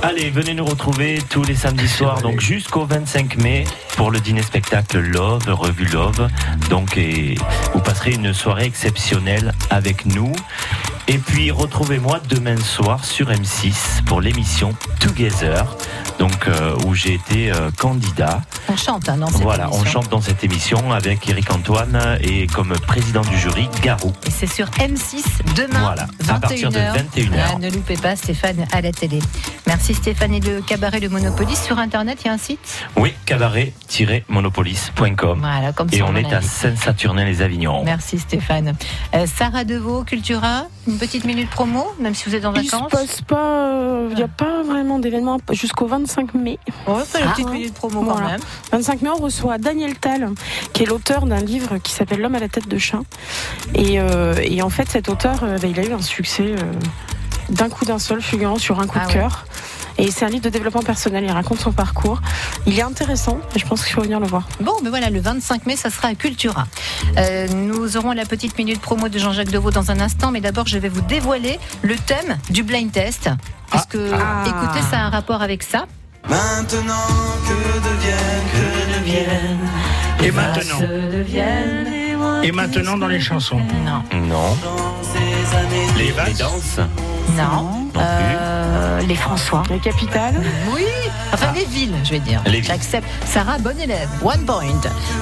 Speaker 4: Allez, venez nous retrouver tous les samedis soirs, donc jusqu'au 25 mai, pour le dîner spectacle Love, Revue Love. Donc, et vous passerez une soirée exceptionnelle avec nous. Et puis, retrouvez-moi demain soir sur M6 pour l'émission Together, donc euh, où j'ai été euh, candidat.
Speaker 2: On chante, hein, non cette
Speaker 4: Voilà, on
Speaker 2: émission.
Speaker 4: chante dans cette émission avec Eric Antoine et comme président du jury, Garou.
Speaker 2: Et c'est sur M6 demain,
Speaker 4: Voilà, à partir de 21 heures.
Speaker 2: Ah, ne loupez pas Stéphane à la télé. Merci Stéphane et le cabaret de Monopoly. Sur Internet, il y a un site
Speaker 4: Oui, cabaret-monopolis.com.
Speaker 2: Voilà, comme
Speaker 4: Et
Speaker 2: ça,
Speaker 4: on
Speaker 2: on
Speaker 4: est
Speaker 2: l'a
Speaker 4: à
Speaker 2: dit.
Speaker 4: Seine-Saturnin-les-Avignon.
Speaker 2: Merci Stéphane. Euh, Sarah Deveau, Cultura, une petite minute promo, même si vous êtes en
Speaker 6: Il se
Speaker 2: vacances.
Speaker 6: passe pas, euh, il n'y a pas vraiment d'événement jusqu'au 25 mai.
Speaker 2: Ouais, c'est une petite minute promo quand même.
Speaker 6: 25 mai, on reçoit Daniel Tal, qui est l'auteur d'un livre qui s'appelle L'homme à la tête de chat. Et, euh, et en fait, cet auteur, euh, bah, il a eu un succès euh, d'un coup d'un seul, fulgurant sur un coup
Speaker 3: Ah
Speaker 6: de cœur. Et c'est un livre de développement personnel. Il raconte son parcours. Il est intéressant. et Je pense qu'il faut venir le voir.
Speaker 2: Bon, mais voilà, le 25 mai, ça sera à Cultura. Euh, nous aurons la petite minute promo de Jean-Jacques Deveau dans un instant, mais d'abord, je vais vous dévoiler le thème du blind test. Parce que,
Speaker 5: Ah.
Speaker 2: écoutez, ça a un rapport avec ça.
Speaker 13: Maintenant que deviennent, que deviennent.
Speaker 5: Et maintenant. Et maintenant dans les chansons.
Speaker 2: Non.
Speaker 4: Non. Les,
Speaker 5: vaches.
Speaker 4: danses.
Speaker 2: Non. Euh, les François.
Speaker 6: La
Speaker 3: <laughs>
Speaker 6: capitale
Speaker 2: Oui. Enfin, les villes, je vais dire.
Speaker 5: Les villes.
Speaker 2: J'accepte. Sarah, bonne élève. One point.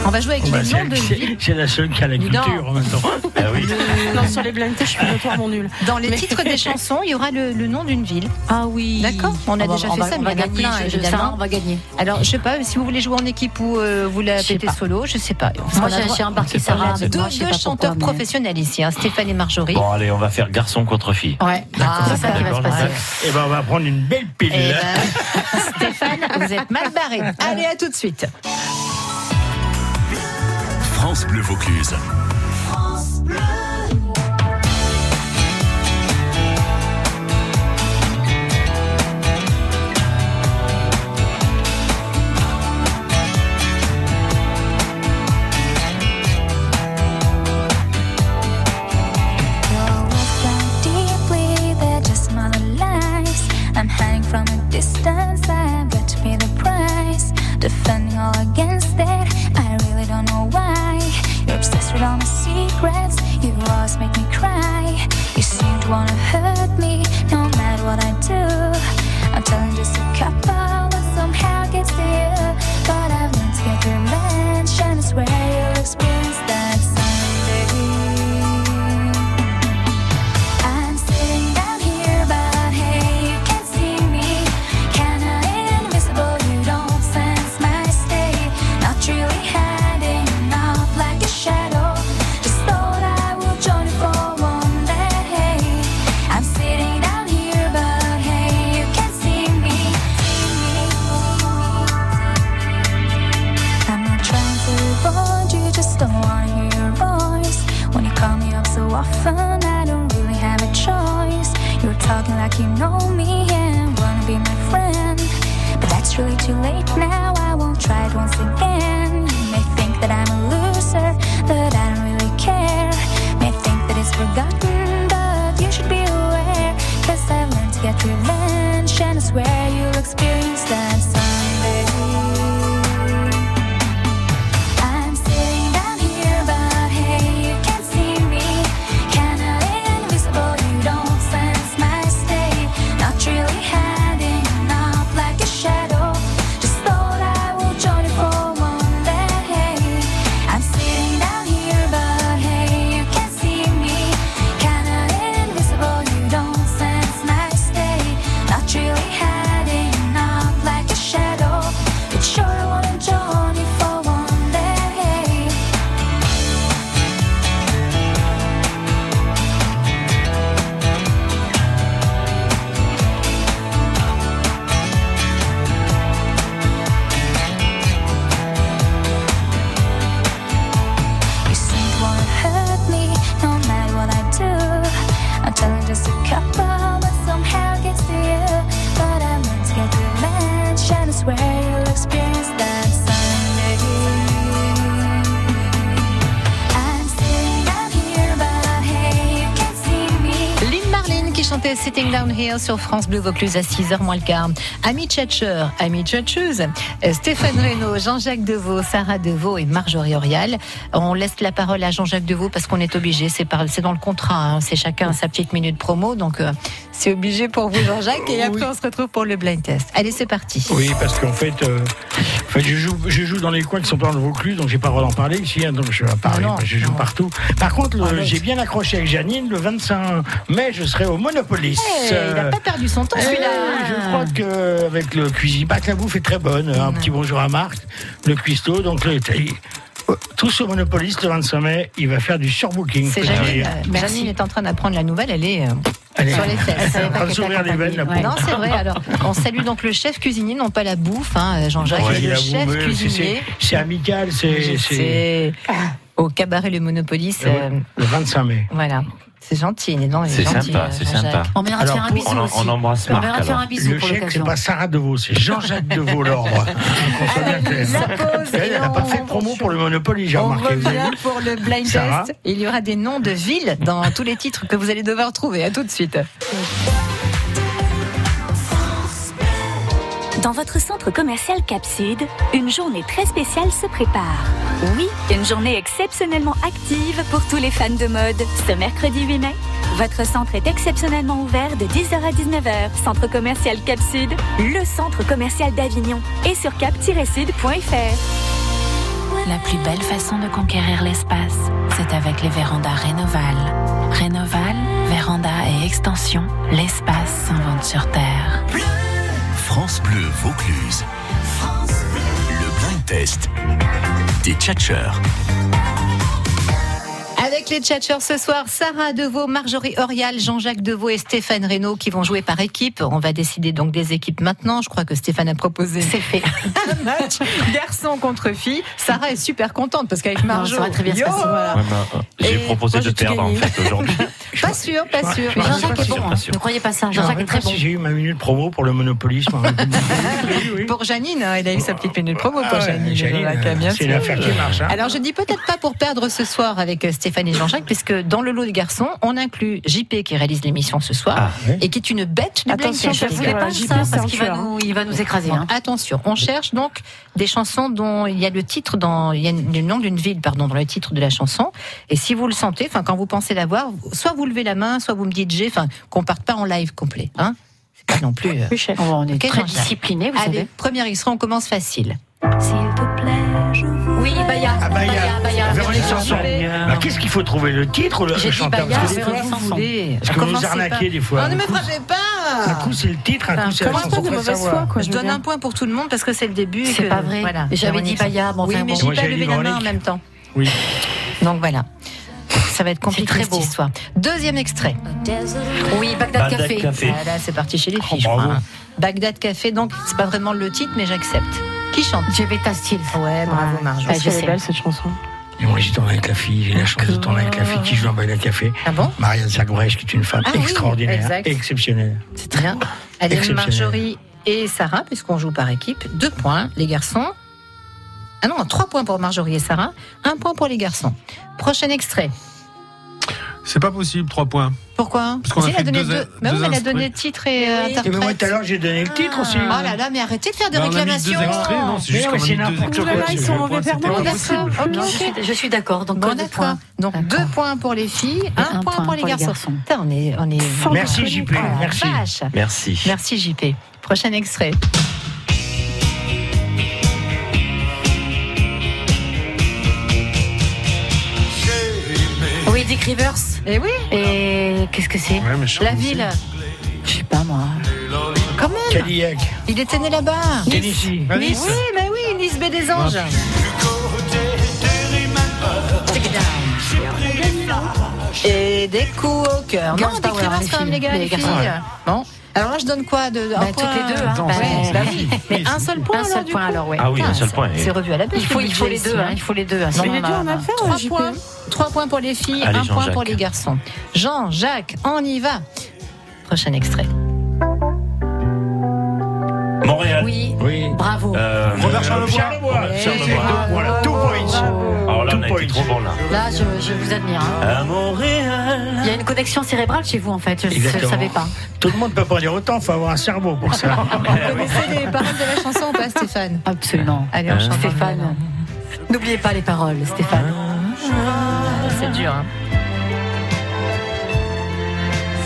Speaker 2: On va jouer avec
Speaker 5: Bah,
Speaker 2: les
Speaker 5: c'est-
Speaker 2: noms de
Speaker 5: c'est-
Speaker 2: villes.
Speaker 5: C'est la seule qui a la
Speaker 2: Dis donc.
Speaker 5: culture en même temps. Ah oui.
Speaker 6: non, sur les blind tests, je suis notoirement nulle.
Speaker 2: Dans les
Speaker 6: Mais-
Speaker 2: titres des chansons, il y aura le, le nom d'une ville.
Speaker 3: Ah oui.
Speaker 2: D'accord. On a
Speaker 3: On va-
Speaker 2: déjà
Speaker 3: on
Speaker 2: fait
Speaker 3: va-
Speaker 2: ça,
Speaker 3: on
Speaker 2: mais
Speaker 3: va
Speaker 2: il y en a
Speaker 3: gagner,
Speaker 2: plein,
Speaker 3: je- je-
Speaker 2: évidemment.
Speaker 3: Sarah, on va gagner.
Speaker 2: Alors, je sais pas si vous voulez jouer en équipe ou euh, vous la pétez solo, je sais pas.
Speaker 3: Moi,
Speaker 2: On a
Speaker 3: j'ai-
Speaker 2: droit-
Speaker 3: j'ai embarqué
Speaker 2: On a
Speaker 3: Sarah
Speaker 2: Deux,
Speaker 3: avec moi, je sais
Speaker 2: deux
Speaker 3: pas
Speaker 2: chanteurs
Speaker 3: pourquoi, mais-
Speaker 2: professionnels ici, hein, Stéphane et Marjorie.
Speaker 4: Bon, allez, on va faire garçon contre fille.
Speaker 2: Ouais. Ah, c'est ça qui va se passer.
Speaker 5: Et ben on va prendre une belle pilule.
Speaker 2: Eh ben, <laughs> Stéphane, vous êtes mal barré. Allez, à tout de suite.
Speaker 1: France Bleu Vaucluse.
Speaker 21: Though I fly deeply, they're just my lies. I'm hiding from a distance, I've got to pay the price. Defending all against it, I really don't know why. You're obsessed with all my secrets, you always make me cry. You seem to wanna hurt me, no matter what I do. I'm telling just a couple, but somehow gets to you. But I've learned to get revenge, and it's where you'll experience that someday. I'm sitting down here, but hey, you can't see me. Can I invisible? You don't sense my state. Not really hiding, not like a shadow. Just thought I would join you for one day. I'm sitting down here, but hey, you can't see me. I'm not trying to avoid you, just don't wanna hear your voice. When you call me up so often, I don't really have a choice. You're talking like you know me and wanna be my friend. But that's really too late now, I won't try it once again. You may think that I'm a loser, but I don't really care. May think that it's forgotten, but you should be aware. Cause I've learned to get revenge, and I swear you'll experience that someday. I'm sitting down here, but hey, you can't see me. Kinda invisible, you don't sense my state. Not
Speaker 2: C'était Sitting Down Here sur France Bleu Vaucluse à 6h moins le quart. Amis tchatcheurs, amis tchatcheuses, euh, Stéphane Reynaud, Jean-Jacques Deveau, Sarah Deveau et Marjorie Orial. On laisse la parole à Jean-Jacques Deveau parce qu'on est obligé, c'est par- c'est dans le contrat, hein, c'est chacun sa petite minute promo, donc euh, c'est obligé pour vous Jean-Jacques et après on se retrouve pour le blind test. Allez, c'est parti.
Speaker 5: Oui, parce qu'en fait, euh, en fait, je, joue, je joue dans les coins qui sont pas dans le Vaucluse, donc j'ai pas le droit d'en parler ici, hein, donc je vais à Paris, parce que je joue partout. Par contre,
Speaker 2: Ah,
Speaker 5: le- j'ai bien accroché avec Janine, le 25 mai, je serai au Monopolis.
Speaker 2: Eh, il n'a
Speaker 5: Euh,
Speaker 2: pas perdu son temps
Speaker 5: eh,
Speaker 2: celui-là.
Speaker 5: Je crois qu'avec le cuisine, bah, que la bouffe est très bonne. Un petit bonjour à Marc, le cuistot. Donc, le, euh, tous au Monopolis, le 25 mai, il va faire du surbooking.
Speaker 2: C'est
Speaker 5: faut te
Speaker 2: Janine.
Speaker 5: dire.
Speaker 2: euh, Janine est en train d'apprendre la nouvelle, elle est euh,
Speaker 5: Elle est-
Speaker 2: sur les fesses.
Speaker 5: elle est
Speaker 2: Elle est
Speaker 5: en
Speaker 2: pas
Speaker 5: train de
Speaker 2: qu'elle
Speaker 5: s'ouvrir les
Speaker 2: t'accompagne.
Speaker 5: veines, la pauvre.
Speaker 2: Non, c'est vrai. Alors, on salue donc le chef cuisinier, non pas la bouffe, hein, Jean-Jacques,
Speaker 5: Ouais,
Speaker 2: et
Speaker 5: il
Speaker 2: le
Speaker 5: a
Speaker 2: chef
Speaker 5: voulu, c'est-
Speaker 2: cuisinier.
Speaker 5: c'est- C'est amical,
Speaker 2: Je
Speaker 5: c'est.
Speaker 2: sais. Au cabaret Le Monopolis.
Speaker 5: Eh oui,
Speaker 2: euh,
Speaker 5: Le 25 mai.
Speaker 2: Voilà. C'est gentil, il est dans les
Speaker 5: C'est
Speaker 2: gentils,
Speaker 5: sympa,
Speaker 2: euh,
Speaker 5: c'est
Speaker 2: Jean-Jacques.
Speaker 5: sympa. On verra
Speaker 2: Alors,
Speaker 5: faire un bisou
Speaker 4: on,
Speaker 5: aussi.
Speaker 4: on embrasse
Speaker 5: On
Speaker 4: Marc.
Speaker 5: verra
Speaker 4: alors.
Speaker 5: faire un bisou Le pour chèque, l'occasion. c'est pas Sarah Deveau, c'est Jean-Jacques
Speaker 2: <laughs>
Speaker 5: Deveau, l'ordre. Qu'on soit bien clair. Elle n'a pas fait de promo pour le Monopoly, j'ai
Speaker 2: On
Speaker 5: remarqué. vous avez
Speaker 2: revient
Speaker 5: vu
Speaker 2: pour le blind
Speaker 5: Sarah
Speaker 2: test. Il y aura des noms de villes dans tous les titres que vous allez devoir trouver. À tout de suite.
Speaker 8: Dans votre centre commercial Cap Sud, une journée très spéciale se prépare. Oui, une journée exceptionnellement active pour tous les fans de mode. Ce mercredi 8 mai, votre centre est exceptionnellement ouvert de 10h à 19h. Centre commercial Cap Sud, le centre commercial d'Avignon et sur cap-sud.fr.
Speaker 22: La plus belle façon de conquérir l'espace, c'est avec les vérandas Rénoval. Rénoval, véranda et extension, l'espace s'invente sur Terre.
Speaker 1: France Bleu Vaucluse. Le blind test des tchatcheurs.
Speaker 2: Avec les tchatcheurs ce soir, Sarah Deveau, Marjorie Orial, Jean-Jacques Deveau et Stéphane Reynaud qui vont jouer par équipe. On va décider donc des équipes maintenant. Je crois que Stéphane a proposé. C'est fait. Un <laughs> match garçon contre fille. Sarah est super contente parce qu'avec Marjo,
Speaker 3: Ah, ça va très bien se
Speaker 2: yo
Speaker 3: passer, voilà.
Speaker 4: Ouais, bah, J'ai
Speaker 2: Et
Speaker 4: proposé
Speaker 2: moi,
Speaker 4: de
Speaker 2: j'ai tout
Speaker 4: perdre en
Speaker 2: gagné.
Speaker 4: fait aujourd'hui.
Speaker 2: Pas sûr, pas sûr.
Speaker 5: Je crois-
Speaker 3: Jean-Jacques
Speaker 5: je
Speaker 3: est
Speaker 5: suis
Speaker 3: bon,
Speaker 5: pas
Speaker 3: hein.
Speaker 5: sûr.
Speaker 3: ne croyez pas ça.
Speaker 5: Je ne
Speaker 3: Jean-Jacques est
Speaker 5: sais
Speaker 3: très
Speaker 5: pas
Speaker 3: bon.
Speaker 5: si j'ai eu ma minute promo pour le Monopoly. moi.
Speaker 2: <laughs> Pour Janine, hein, elle a eu sa petite minute promo pour
Speaker 5: Ah ouais,
Speaker 2: Janine.
Speaker 5: Janine,
Speaker 2: Voilà, qui a bien
Speaker 5: c'est
Speaker 2: fait.
Speaker 5: une affaire qui marche, hein.
Speaker 2: Alors je dis peut-être pas pour perdre ce soir avec euh, Stéphane et Jean-Jacques, puisque dans le lot des garçons, on inclut JP qui réalise l'émission ce soir
Speaker 5: Ah.
Speaker 2: et qui est une bête de
Speaker 3: Attention,
Speaker 2: blind test.
Speaker 3: je voulais pas JP, ça, parce qu'il va nous- il va nous écraser, hein.
Speaker 2: Attention, on cherche donc des chansons dont il y a le titre dans il y a le nom d'une ville pardon dans le titre de la chanson et si vous le sentez, enfin quand vous pensez l'avoir, soit vous levez la main, soit vous me dites j'ai, enfin qu'on parte pas en live complet, hein. C'est pas non plus. euh,
Speaker 3: On est
Speaker 2: Ok,
Speaker 3: très
Speaker 2: Jean-Jacques.
Speaker 3: disciplinés, vous
Speaker 2: Allez,
Speaker 3: savez.
Speaker 2: premier extrait, on commence facile.
Speaker 3: Oui,
Speaker 8: bah,
Speaker 3: Baya.
Speaker 5: Ah, bah,
Speaker 2: Ah,
Speaker 3: Baya, Baya.
Speaker 5: Véronique Sanson. Bah, Qu'est-ce qu'il faut trouver Le titre ou le
Speaker 2: J'ai
Speaker 5: le
Speaker 2: dit
Speaker 5: chanteur
Speaker 2: Bayard,
Speaker 5: Parce que des
Speaker 2: Véronique
Speaker 5: fois,
Speaker 2: Sanson.
Speaker 5: Est-ce que vous
Speaker 2: Commencez
Speaker 5: vous arnaquez
Speaker 2: pas.
Speaker 5: des fois
Speaker 2: Ah, ne me frappez pas
Speaker 5: Un coup, c'est le titre, un coup, c'est la
Speaker 2: Comment
Speaker 5: chanson.
Speaker 2: pas de
Speaker 5: Faut
Speaker 2: mauvaise
Speaker 5: savoir.
Speaker 2: foi, quoi, Je donne un point pour tout le monde parce que c'est le début.
Speaker 3: C'est pas vrai. J'avais dit Bayard, bon,
Speaker 2: Oui,
Speaker 3: enfin,
Speaker 2: mais
Speaker 3: bon.
Speaker 2: j'ai
Speaker 3: Moi,
Speaker 2: pas
Speaker 3: j'avais
Speaker 2: levé
Speaker 3: dit
Speaker 2: la main en
Speaker 3: Véronique.
Speaker 2: même temps.
Speaker 5: Oui.
Speaker 2: Donc voilà. Ça va être compliqué cette histoire. Deuxième extrait.
Speaker 3: Oui, Bagdad Bagdad Café. Café.
Speaker 2: Ah là, c'est parti chez les filles, je
Speaker 3: bravo.
Speaker 2: crois, hein. Bagdad Café, donc c'est pas vraiment le titre, mais j'accepte. Qui chante
Speaker 3: Jevetta Steele.
Speaker 2: Ouais, bravo Marjo.
Speaker 5: Parce qu'elle est belle,
Speaker 2: cette chanson.
Speaker 5: Et moi, j'ai tourné avec la fille, j'ai eu la chance de tourner avec la fille qui joue en bail à café.
Speaker 2: Ah bon
Speaker 5: Marianne Sargouresh, qui est une femme
Speaker 2: Ah oui,
Speaker 5: extraordinaire,
Speaker 2: exact.
Speaker 5: exceptionnelle.
Speaker 2: C'est très bien. Allez,
Speaker 5: Exceptionnel.
Speaker 2: Marjorie et Sarah, puisqu'on joue par équipe, deux points, les garçons. Ah non, trois points pour Marjorie et Sarah, un point pour les garçons. Prochain extrait.
Speaker 23: C'est pas possible, 3 points.
Speaker 2: Pourquoi
Speaker 23: Parce qu'on
Speaker 2: Si,
Speaker 23: a
Speaker 2: elle
Speaker 23: fait
Speaker 2: donné
Speaker 23: deux-
Speaker 2: deux- Mais oui,
Speaker 23: deux
Speaker 2: elle a
Speaker 23: instruments.
Speaker 2: donné titre et euh,
Speaker 5: Et ben,
Speaker 2: interprète.
Speaker 5: moi, tout à l'heure, j'ai donné le titre aussi.
Speaker 2: Ah. Oh là là, mais arrêtez de faire des
Speaker 4: Bah,
Speaker 5: Non, on a mis deux
Speaker 2: réclamations.
Speaker 5: extraits, non, c'est juste
Speaker 2: Mais
Speaker 5: qu'on a
Speaker 2: c'est
Speaker 5: mis deux
Speaker 2: n'importe quoi,
Speaker 5: extraits. Ouh là là, ils
Speaker 2: c'est
Speaker 5: sont
Speaker 2: le
Speaker 5: mauvais
Speaker 2: point,
Speaker 5: perdants,
Speaker 2: c'était
Speaker 5: c'est
Speaker 2: pas
Speaker 5: impossible.
Speaker 2: possible.
Speaker 5: Non,
Speaker 2: Ok, ok.
Speaker 3: Je suis d'accord, donc
Speaker 2: Bon,
Speaker 3: deux
Speaker 2: d'accord.
Speaker 3: points.
Speaker 2: Donc deux points pour les filles, un, point, pour les garçons. Putain, on est, on est
Speaker 5: Merci,
Speaker 2: on est-
Speaker 5: JP,
Speaker 2: Oh la
Speaker 5: merci.
Speaker 2: vache.
Speaker 4: Merci.
Speaker 2: Merci JP. Prochain extrait.
Speaker 3: Oui, Dick Rivers.
Speaker 2: Et Eh oui.
Speaker 3: Et qu'est-ce que c'est
Speaker 23: Ouais, mais je sais
Speaker 3: La
Speaker 23: pas.
Speaker 3: ville. Je sais pas moi.
Speaker 2: Quand même.
Speaker 5: Cadillac.
Speaker 2: Il était né là-bas.
Speaker 5: Tennessee.
Speaker 2: Mais oui, mais oui, Nice B des Anges. Et des coups au cœur. Non,
Speaker 3: Girls
Speaker 2: des
Speaker 3: power,
Speaker 2: crevasses
Speaker 3: les
Speaker 2: quand même, les
Speaker 3: filles.
Speaker 2: gars, les,
Speaker 3: Les
Speaker 2: filles.
Speaker 3: garçons. Ouais.
Speaker 2: Bon. Alors là, je donne quoi de, un
Speaker 3: Bah,
Speaker 2: point
Speaker 3: toutes les deux, hein.
Speaker 2: Ouais,
Speaker 3: Bah,
Speaker 2: bah
Speaker 3: oui.
Speaker 2: oui. Mais un seul point,
Speaker 3: Un
Speaker 2: alors,
Speaker 3: seul
Speaker 2: du
Speaker 3: point,
Speaker 2: coup.
Speaker 3: alors, ouais.
Speaker 4: Ah oui, un seul point.
Speaker 2: C'est revu à la bête.
Speaker 3: Il faut-
Speaker 2: le
Speaker 3: il faut les
Speaker 2: budget
Speaker 3: deux,
Speaker 2: ici,
Speaker 3: hein, il faut les deux, hein,
Speaker 2: Mais
Speaker 3: sinon
Speaker 2: les
Speaker 3: on a-
Speaker 2: deux, on a fait, Trois points. Trois points pour les filles,
Speaker 3: Allez,
Speaker 2: un point
Speaker 3: Jean-Jacques.
Speaker 2: pour les garçons. Jean, Ah Jacques, on y va. Prochain extrait.
Speaker 4: Montréal. Euh,
Speaker 3: Oui.
Speaker 4: Bravo.
Speaker 5: Robert Charlevoix.
Speaker 4: Charlevoix.
Speaker 5: C'est deux- voilà, Ah, two points.
Speaker 4: Alors là, on a été trop bon là.
Speaker 3: Là, je, je vous admire. hein.
Speaker 4: À Montréal.
Speaker 3: Il y a une connexion cérébrale chez vous, en fait. Je ne
Speaker 5: Exactement.
Speaker 3: savais pas.
Speaker 5: Tout le monde ne peut pas dire autant, il faut avoir un cerveau pour
Speaker 2: <laughs>
Speaker 5: ça.
Speaker 2: connaissez les paroles de la chanson ou pas, Stéphane
Speaker 3: Absolument.
Speaker 2: Hein Allez, on chante.
Speaker 3: Stéphane. N'oubliez pas les paroles, Stéphane.
Speaker 2: C'est dur, hein.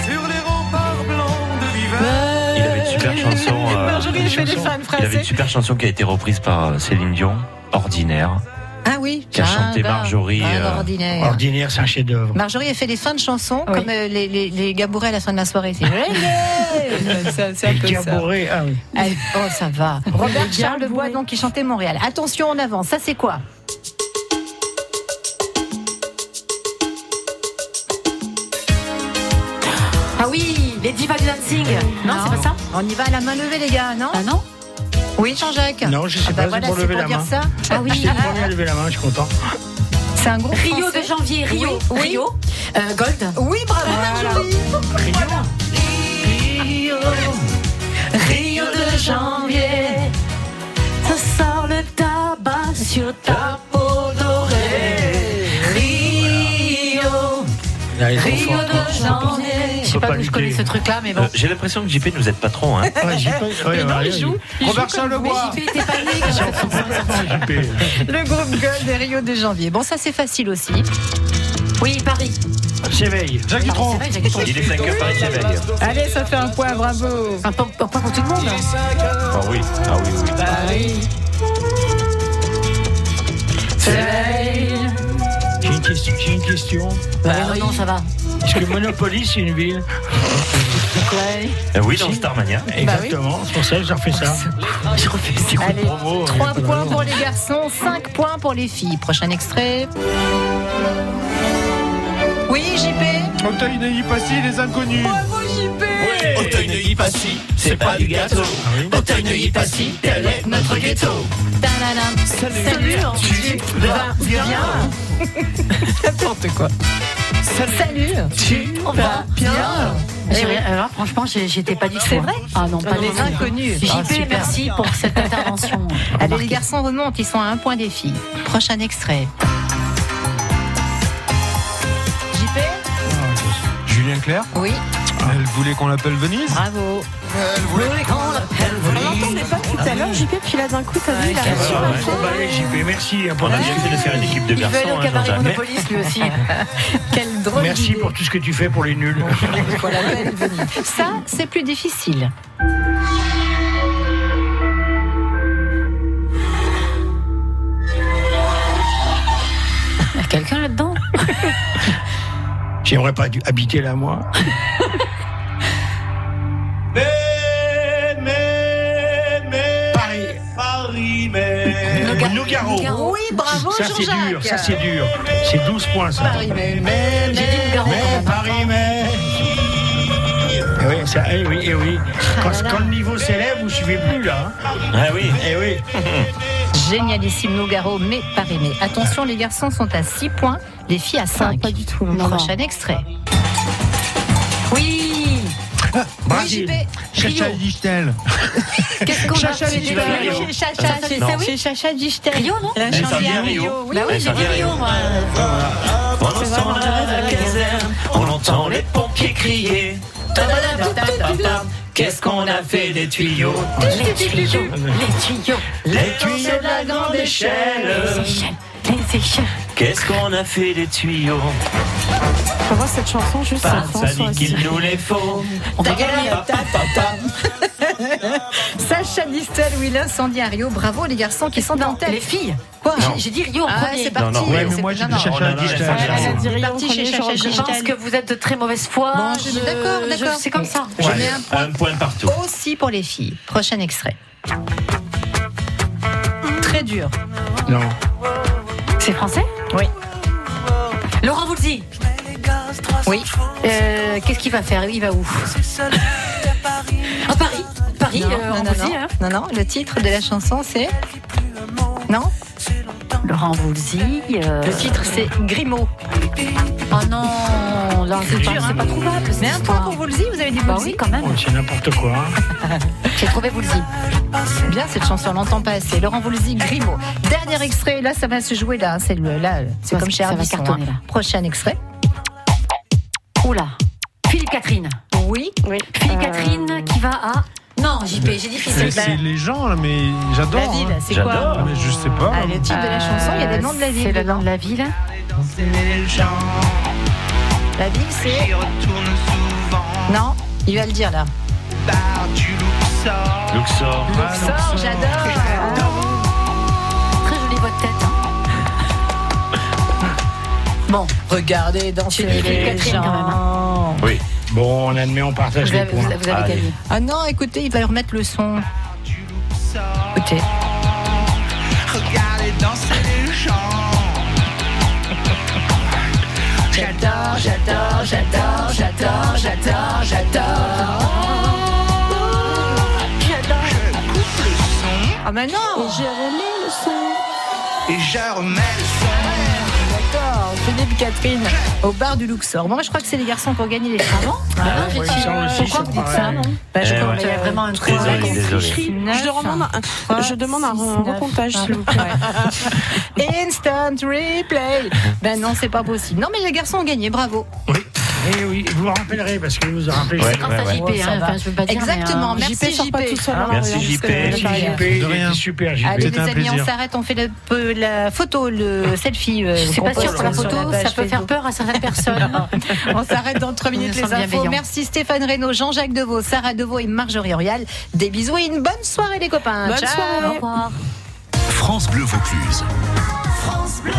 Speaker 13: Sur les remparts blancs de
Speaker 4: Il avait une super chanson. euh,
Speaker 2: Ah,
Speaker 19: Marjorie,
Speaker 4: une
Speaker 19: je fais des
Speaker 4: chanson-
Speaker 19: fans
Speaker 4: Il avait
Speaker 19: français.
Speaker 4: une super chanson qui a été reprise par euh, Céline Dion, Ordinaire,
Speaker 2: Ah oui.
Speaker 4: qui a chanté
Speaker 2: Ah, bah,
Speaker 4: Marjorie.
Speaker 2: ah,
Speaker 4: euh,
Speaker 2: ordinaire.
Speaker 5: Ordinaire, c'est un chef-d'œuvre.
Speaker 2: Marjorie a fait des fins de chansons comme euh, les, les, les gabourets à la fin de la soirée. <laughs> C'est Ça, c'est un peu ça.
Speaker 5: Gabouré, ah oui.
Speaker 2: Allez, oh, ça va. <laughs> Robert Charlebois, donc, qui chantait Montréal. Attention en avant, ça c'est quoi
Speaker 3: Ah oui, les divas du dancing. Non, c'est pas ça
Speaker 2: On y va à la main levée, les gars, non Ah
Speaker 3: non
Speaker 2: Oui, Jean-Jacques
Speaker 5: Non, je sais
Speaker 2: Ah bah
Speaker 5: pas,
Speaker 2: voilà,
Speaker 5: c'est pour
Speaker 2: c'est
Speaker 5: lever
Speaker 2: pour
Speaker 5: la
Speaker 2: dire
Speaker 5: main.
Speaker 2: ça. Ah oui.
Speaker 5: J'étais le premier à lever la main, je suis content.
Speaker 2: C'est un groupe
Speaker 3: Rio
Speaker 2: français.
Speaker 3: de janvier, Rio,
Speaker 2: Oui.
Speaker 3: Rio, euh, Gold.
Speaker 2: Oui, bravo Marjorie.
Speaker 3: Rio, Rio de janvier, ça sort le tabac sur ta peau dorée. Rio,
Speaker 4: Allez, trop
Speaker 3: Rio
Speaker 4: fort.
Speaker 3: de janvier. Je sais
Speaker 4: Faut
Speaker 3: pas
Speaker 4: pas
Speaker 3: d'où je
Speaker 4: lutter.
Speaker 3: connais ce truc-là, mais
Speaker 4: Euh,
Speaker 3: bon.
Speaker 4: J'ai l'impression que JP nous aide pas trop. Hein.
Speaker 5: Ouais, JP, ouais,
Speaker 3: non,
Speaker 5: ouais,
Speaker 3: il joue. il joue comme
Speaker 4: Robert
Speaker 3: vous.
Speaker 4: Charlevoix.
Speaker 3: Mais JP était
Speaker 2: <laughs>
Speaker 3: pas né quand cette chanson est sortie.
Speaker 2: Le groupe Gold des Rio de janvier. Bon, ça c'est facile aussi. Ah,
Speaker 3: Oui, Paris.
Speaker 5: J'éveille.
Speaker 3: Jacques Dutronc.
Speaker 4: Il est 5 heures par s'éveille.
Speaker 2: Allez, ça fait un point, bravo.
Speaker 3: Un point un point pour tout le monde.
Speaker 4: Ah oui, ah oui, oui.
Speaker 5: J'ai une question. J'ai une question.
Speaker 2: Eh
Speaker 3: Bah, non, ça va.
Speaker 5: Est-ce que Monopoly, c'est une ville
Speaker 4: Euh, oui, dans Starmania.
Speaker 2: Bah
Speaker 5: Exactement, c'est pour ça que j'ai refait ça. J'ai refait ça.
Speaker 2: Allez,
Speaker 5: euh,
Speaker 2: 3 points pour les garçons, 5 points pour les filles. Prochain extrait. Oui, JP
Speaker 23: Auteuil Neuilly Passy, les inconnus.
Speaker 2: Bravo, JP
Speaker 23: Auteuil Neuilly Passy, c'est pas du gâteau.
Speaker 4: Ah
Speaker 23: Auteuil Neuilly Passy, tel est notre ghetto.
Speaker 2: Tadadam. Salut, tu vas bien
Speaker 19: N'importe quoi.
Speaker 2: Salut, tu vas bien
Speaker 3: J'ai-
Speaker 2: euh,
Speaker 3: Alors, franchement, j'ai- j'étais pas du tout. Eh C'est vrai Ah non, pas
Speaker 2: Ah,
Speaker 3: du
Speaker 2: les
Speaker 3: tout.
Speaker 2: inconnus. Ah,
Speaker 3: JP,
Speaker 2: super.
Speaker 3: merci pour <laughs> cette intervention.
Speaker 2: Allez, les garçons remontent, ils sont à un point des filles. Prochain extrait. JP
Speaker 5: Ah,
Speaker 23: Julien Clerc
Speaker 2: Oui.
Speaker 23: Elle voulait qu'on l'appelle Venise
Speaker 2: Bravo.
Speaker 23: Elle voulait qu'on l'appelle
Speaker 6: On l'entendait pas tout à l'heure, JP, puis là d'un coup, t'as vu, il a réussi.
Speaker 5: bah, JP, merci hein, pour
Speaker 4: On a
Speaker 5: la
Speaker 4: bien fait de faire une équipe de garçons. hein, Jean-Jacques.
Speaker 3: lui aussi.
Speaker 2: <laughs> Quel drôle
Speaker 5: Merci
Speaker 2: d'idée.
Speaker 5: pour tout ce que tu fais pour les nuls.
Speaker 2: Ça, c'est plus difficile.
Speaker 3: Il y a quelqu'un là-dedans
Speaker 5: J'aimerais pas dû- habiter là, <laughs> moi. Paris.
Speaker 13: Paris, mais.
Speaker 5: Nougaro.
Speaker 2: Oui, bravo
Speaker 5: Ça, c'est
Speaker 2: Jean-Jacques.
Speaker 5: dur, ça, c'est dur. C'est 12 points, ça.
Speaker 2: Paris, mais-
Speaker 5: mais,
Speaker 2: J'ai dit Nougaro quand même.
Speaker 5: Paris, mais. Eh oui, ça, eh oui, eh oui. Quand, quand le niveau s'élève, vous suivez plus, là. hein.
Speaker 4: Ah oui.
Speaker 5: Eh oui.
Speaker 2: Génialissime Nougaro, mais par aimé. Attention, les garçons sont à 6 points, les filles à 5. Pas du tout.
Speaker 3: non.
Speaker 2: Prochain extrait.
Speaker 3: Oui
Speaker 2: Brésil.
Speaker 23: Chacha Lichtel.
Speaker 2: Qu'est-ce qu'on a
Speaker 19: Chacha
Speaker 2: fait
Speaker 19: Lichtel.
Speaker 2: Chez Chacha,
Speaker 4: Non.
Speaker 2: c'est
Speaker 4: Non.
Speaker 2: ça, oui Chez Chacha Digital.
Speaker 3: Rio, non
Speaker 2: Elle a
Speaker 4: Elle
Speaker 2: chanté
Speaker 4: s'en vient
Speaker 2: à
Speaker 4: à Rio.
Speaker 2: Rio.
Speaker 3: Bah oui,
Speaker 4: Elle
Speaker 3: j'ai
Speaker 4: s'en
Speaker 3: dit
Speaker 4: vient à
Speaker 3: Rio,
Speaker 4: Rio.
Speaker 3: moi.
Speaker 4: On entend la caserne, on entend les pompiers crier. Qu'est-ce qu'on a fait des tuyaux
Speaker 3: Les tuyaux, les tuyaux,
Speaker 4: Les tuyaux de la grande
Speaker 3: les
Speaker 4: échelle.
Speaker 3: échelles, les échelles.
Speaker 4: Qu'est-ce qu'on a fait des tuyaux
Speaker 6: Faut voir cette chanson juste
Speaker 2: Ah,
Speaker 4: Pas
Speaker 6: à
Speaker 4: ça dit
Speaker 6: François.
Speaker 4: qu'il nous les faut.
Speaker 3: On va gagner.
Speaker 2: Sacha Distel, oui, l'incendie à Rio. Bravo, les garçons qui sont en tête.
Speaker 3: Les filles
Speaker 2: Quoi
Speaker 3: J'ai- J'ai dit Rio en
Speaker 2: Ah,
Speaker 3: premier.
Speaker 2: c'est parti.
Speaker 4: Non, non, ouais, mais
Speaker 2: c'est-
Speaker 23: moi, j'ai
Speaker 2: non,
Speaker 23: dit
Speaker 2: non.
Speaker 23: Chacha.
Speaker 2: C'est
Speaker 6: Rio en
Speaker 2: parti chez
Speaker 6: premier,
Speaker 2: Chacha
Speaker 6: Jean-Jacques.
Speaker 3: Je pense
Speaker 2: Digital.
Speaker 3: que vous êtes de très mauvaise foi.
Speaker 2: Bon, je- d'accord,
Speaker 3: je-
Speaker 2: d'accord.
Speaker 3: C'est comme ça.
Speaker 2: Je mets un
Speaker 4: Un point partout.
Speaker 2: point aussi pour les filles. Prochain extrait. Très dur.
Speaker 5: Non.
Speaker 3: C'est français
Speaker 2: Oui.
Speaker 3: Laurent vous le dit.
Speaker 2: Oui.
Speaker 3: Euh, Qu'est-ce qu'il va faire Il va où À Paris. Paris,
Speaker 2: non,
Speaker 3: euh,
Speaker 2: non, non,
Speaker 3: on vous le dit.
Speaker 2: non.
Speaker 3: hein.
Speaker 2: non, non, le titre de la chanson c'est. Non
Speaker 3: Laurent vous le dit. euh,
Speaker 2: Le titre c'est Grimaud.
Speaker 3: Oh non, là, c'est
Speaker 5: dur,
Speaker 3: pas,
Speaker 5: hein.
Speaker 3: c'est pas trouvable. Mais un point pour
Speaker 2: Woolsey, vous avez dit
Speaker 3: Bah oui, quand même.
Speaker 5: Oh, C'est n'importe quoi. hein.
Speaker 2: J'ai trouvé Woolsey. Bien cette chanson, on l'entend pas assez. Laurent Woolsey, Grimaud. Dernier extrait, là ça va se jouer là. hein, C'est le, là, c'est comme chez
Speaker 3: ça va
Speaker 2: Ardisson,
Speaker 3: cartonner,
Speaker 2: hein.
Speaker 3: là.
Speaker 2: Prochain extrait.
Speaker 3: Oula. Philippe Catherine.
Speaker 2: Oui.
Speaker 6: euh,
Speaker 3: oui. Philippe Catherine qui va à. Non, JP, j'ai dit
Speaker 9: Mais
Speaker 3: Philippe.
Speaker 9: C'est les gens, là, mais j'adore.
Speaker 3: La ville,
Speaker 9: hein.
Speaker 3: c'est quoi
Speaker 9: J'adore, Mais je sais
Speaker 2: Ah,
Speaker 9: pas.
Speaker 3: le titre de la chanson, il y a des noms
Speaker 2: Euh,
Speaker 3: de la ville. Euh, C'est le nom de la ville.
Speaker 2: La ville c'est. Non, il va le dire là.
Speaker 4: Luxor.
Speaker 2: Luxor, j'adore.
Speaker 3: Très jolie voix de tête.
Speaker 2: hein. Bon, regardez dans ces les
Speaker 3: Catherine, quand même,
Speaker 2: gens.
Speaker 5: Oui. Bon, on admet, on partage
Speaker 2: Vous
Speaker 5: les
Speaker 2: avez,
Speaker 5: points.
Speaker 2: vous avez gagné. Ah non, écoutez, il va remettre le son. Écoutez.
Speaker 23: Regardez danser les gens. J'adore, j'adore, j'adore, j'adore, j'adore, j'adore. J'adore. Je coupe le son.
Speaker 2: Ah mais non
Speaker 23: Et je remets le son. Et je remets
Speaker 2: D'accord, Philippe Catherine au bar du Luxor. Bon, moi, je crois que c'est les garçons qui ont gagné les avant.
Speaker 5: Ah, ouais, ça aussi,
Speaker 2: Pourquoi vous
Speaker 5: c'est
Speaker 2: dites ça
Speaker 5: pareil.
Speaker 2: non Bah, Je
Speaker 5: Eh
Speaker 2: crois
Speaker 5: ouais.
Speaker 2: qu'il y a vraiment un trou.
Speaker 5: Désolé, désolé.
Speaker 2: Je demande un, je demande un recomptage, s'il vous plaît. <laughs> Instant replay. Ben non, c'est pas possible. Non, mais les garçons ont gagné, bravo.
Speaker 5: Eh oui, vous me rappellerez parce que vous vous en rappelez.
Speaker 4: Ouais, C'est grâce ouais, à ouais. JP,
Speaker 2: hein,
Speaker 5: Ça va.
Speaker 2: enfin, je veux pas dire, Exactement, mais, hein, merci, JP sort pas JP. tout seul, hein, Merci,
Speaker 5: Merci
Speaker 2: regarde, parce
Speaker 5: JP.
Speaker 6: Eh,
Speaker 2: que c'est pas grave.
Speaker 5: il
Speaker 2: De
Speaker 5: était
Speaker 2: rien.
Speaker 5: super JP.
Speaker 2: Allez Ah, les amis, on s'arrête, on fait le- peu- la photo, le selfie. euh,
Speaker 3: Je suis
Speaker 2: qu'on
Speaker 3: pas sûre
Speaker 2: poste
Speaker 3: que la
Speaker 2: sur
Speaker 3: photo,
Speaker 2: page
Speaker 3: ça peut faire
Speaker 2: Facebook.
Speaker 3: peur à certaines personnes.
Speaker 2: On s'arrête dans 3 minutes les
Speaker 3: Nous sommes
Speaker 2: infos.
Speaker 3: bienveillants.
Speaker 2: Merci Stéphane Reynaud, Jean-Jacques Deveau, Sarah Deveau et Marjorie Orial. Des bisous et une bonne soirée les copains.
Speaker 1: Bonne
Speaker 2: Ciao.
Speaker 1: soirée.
Speaker 2: Au revoir.
Speaker 1: France Bleu Vaucluse.
Speaker 15: France Bleu.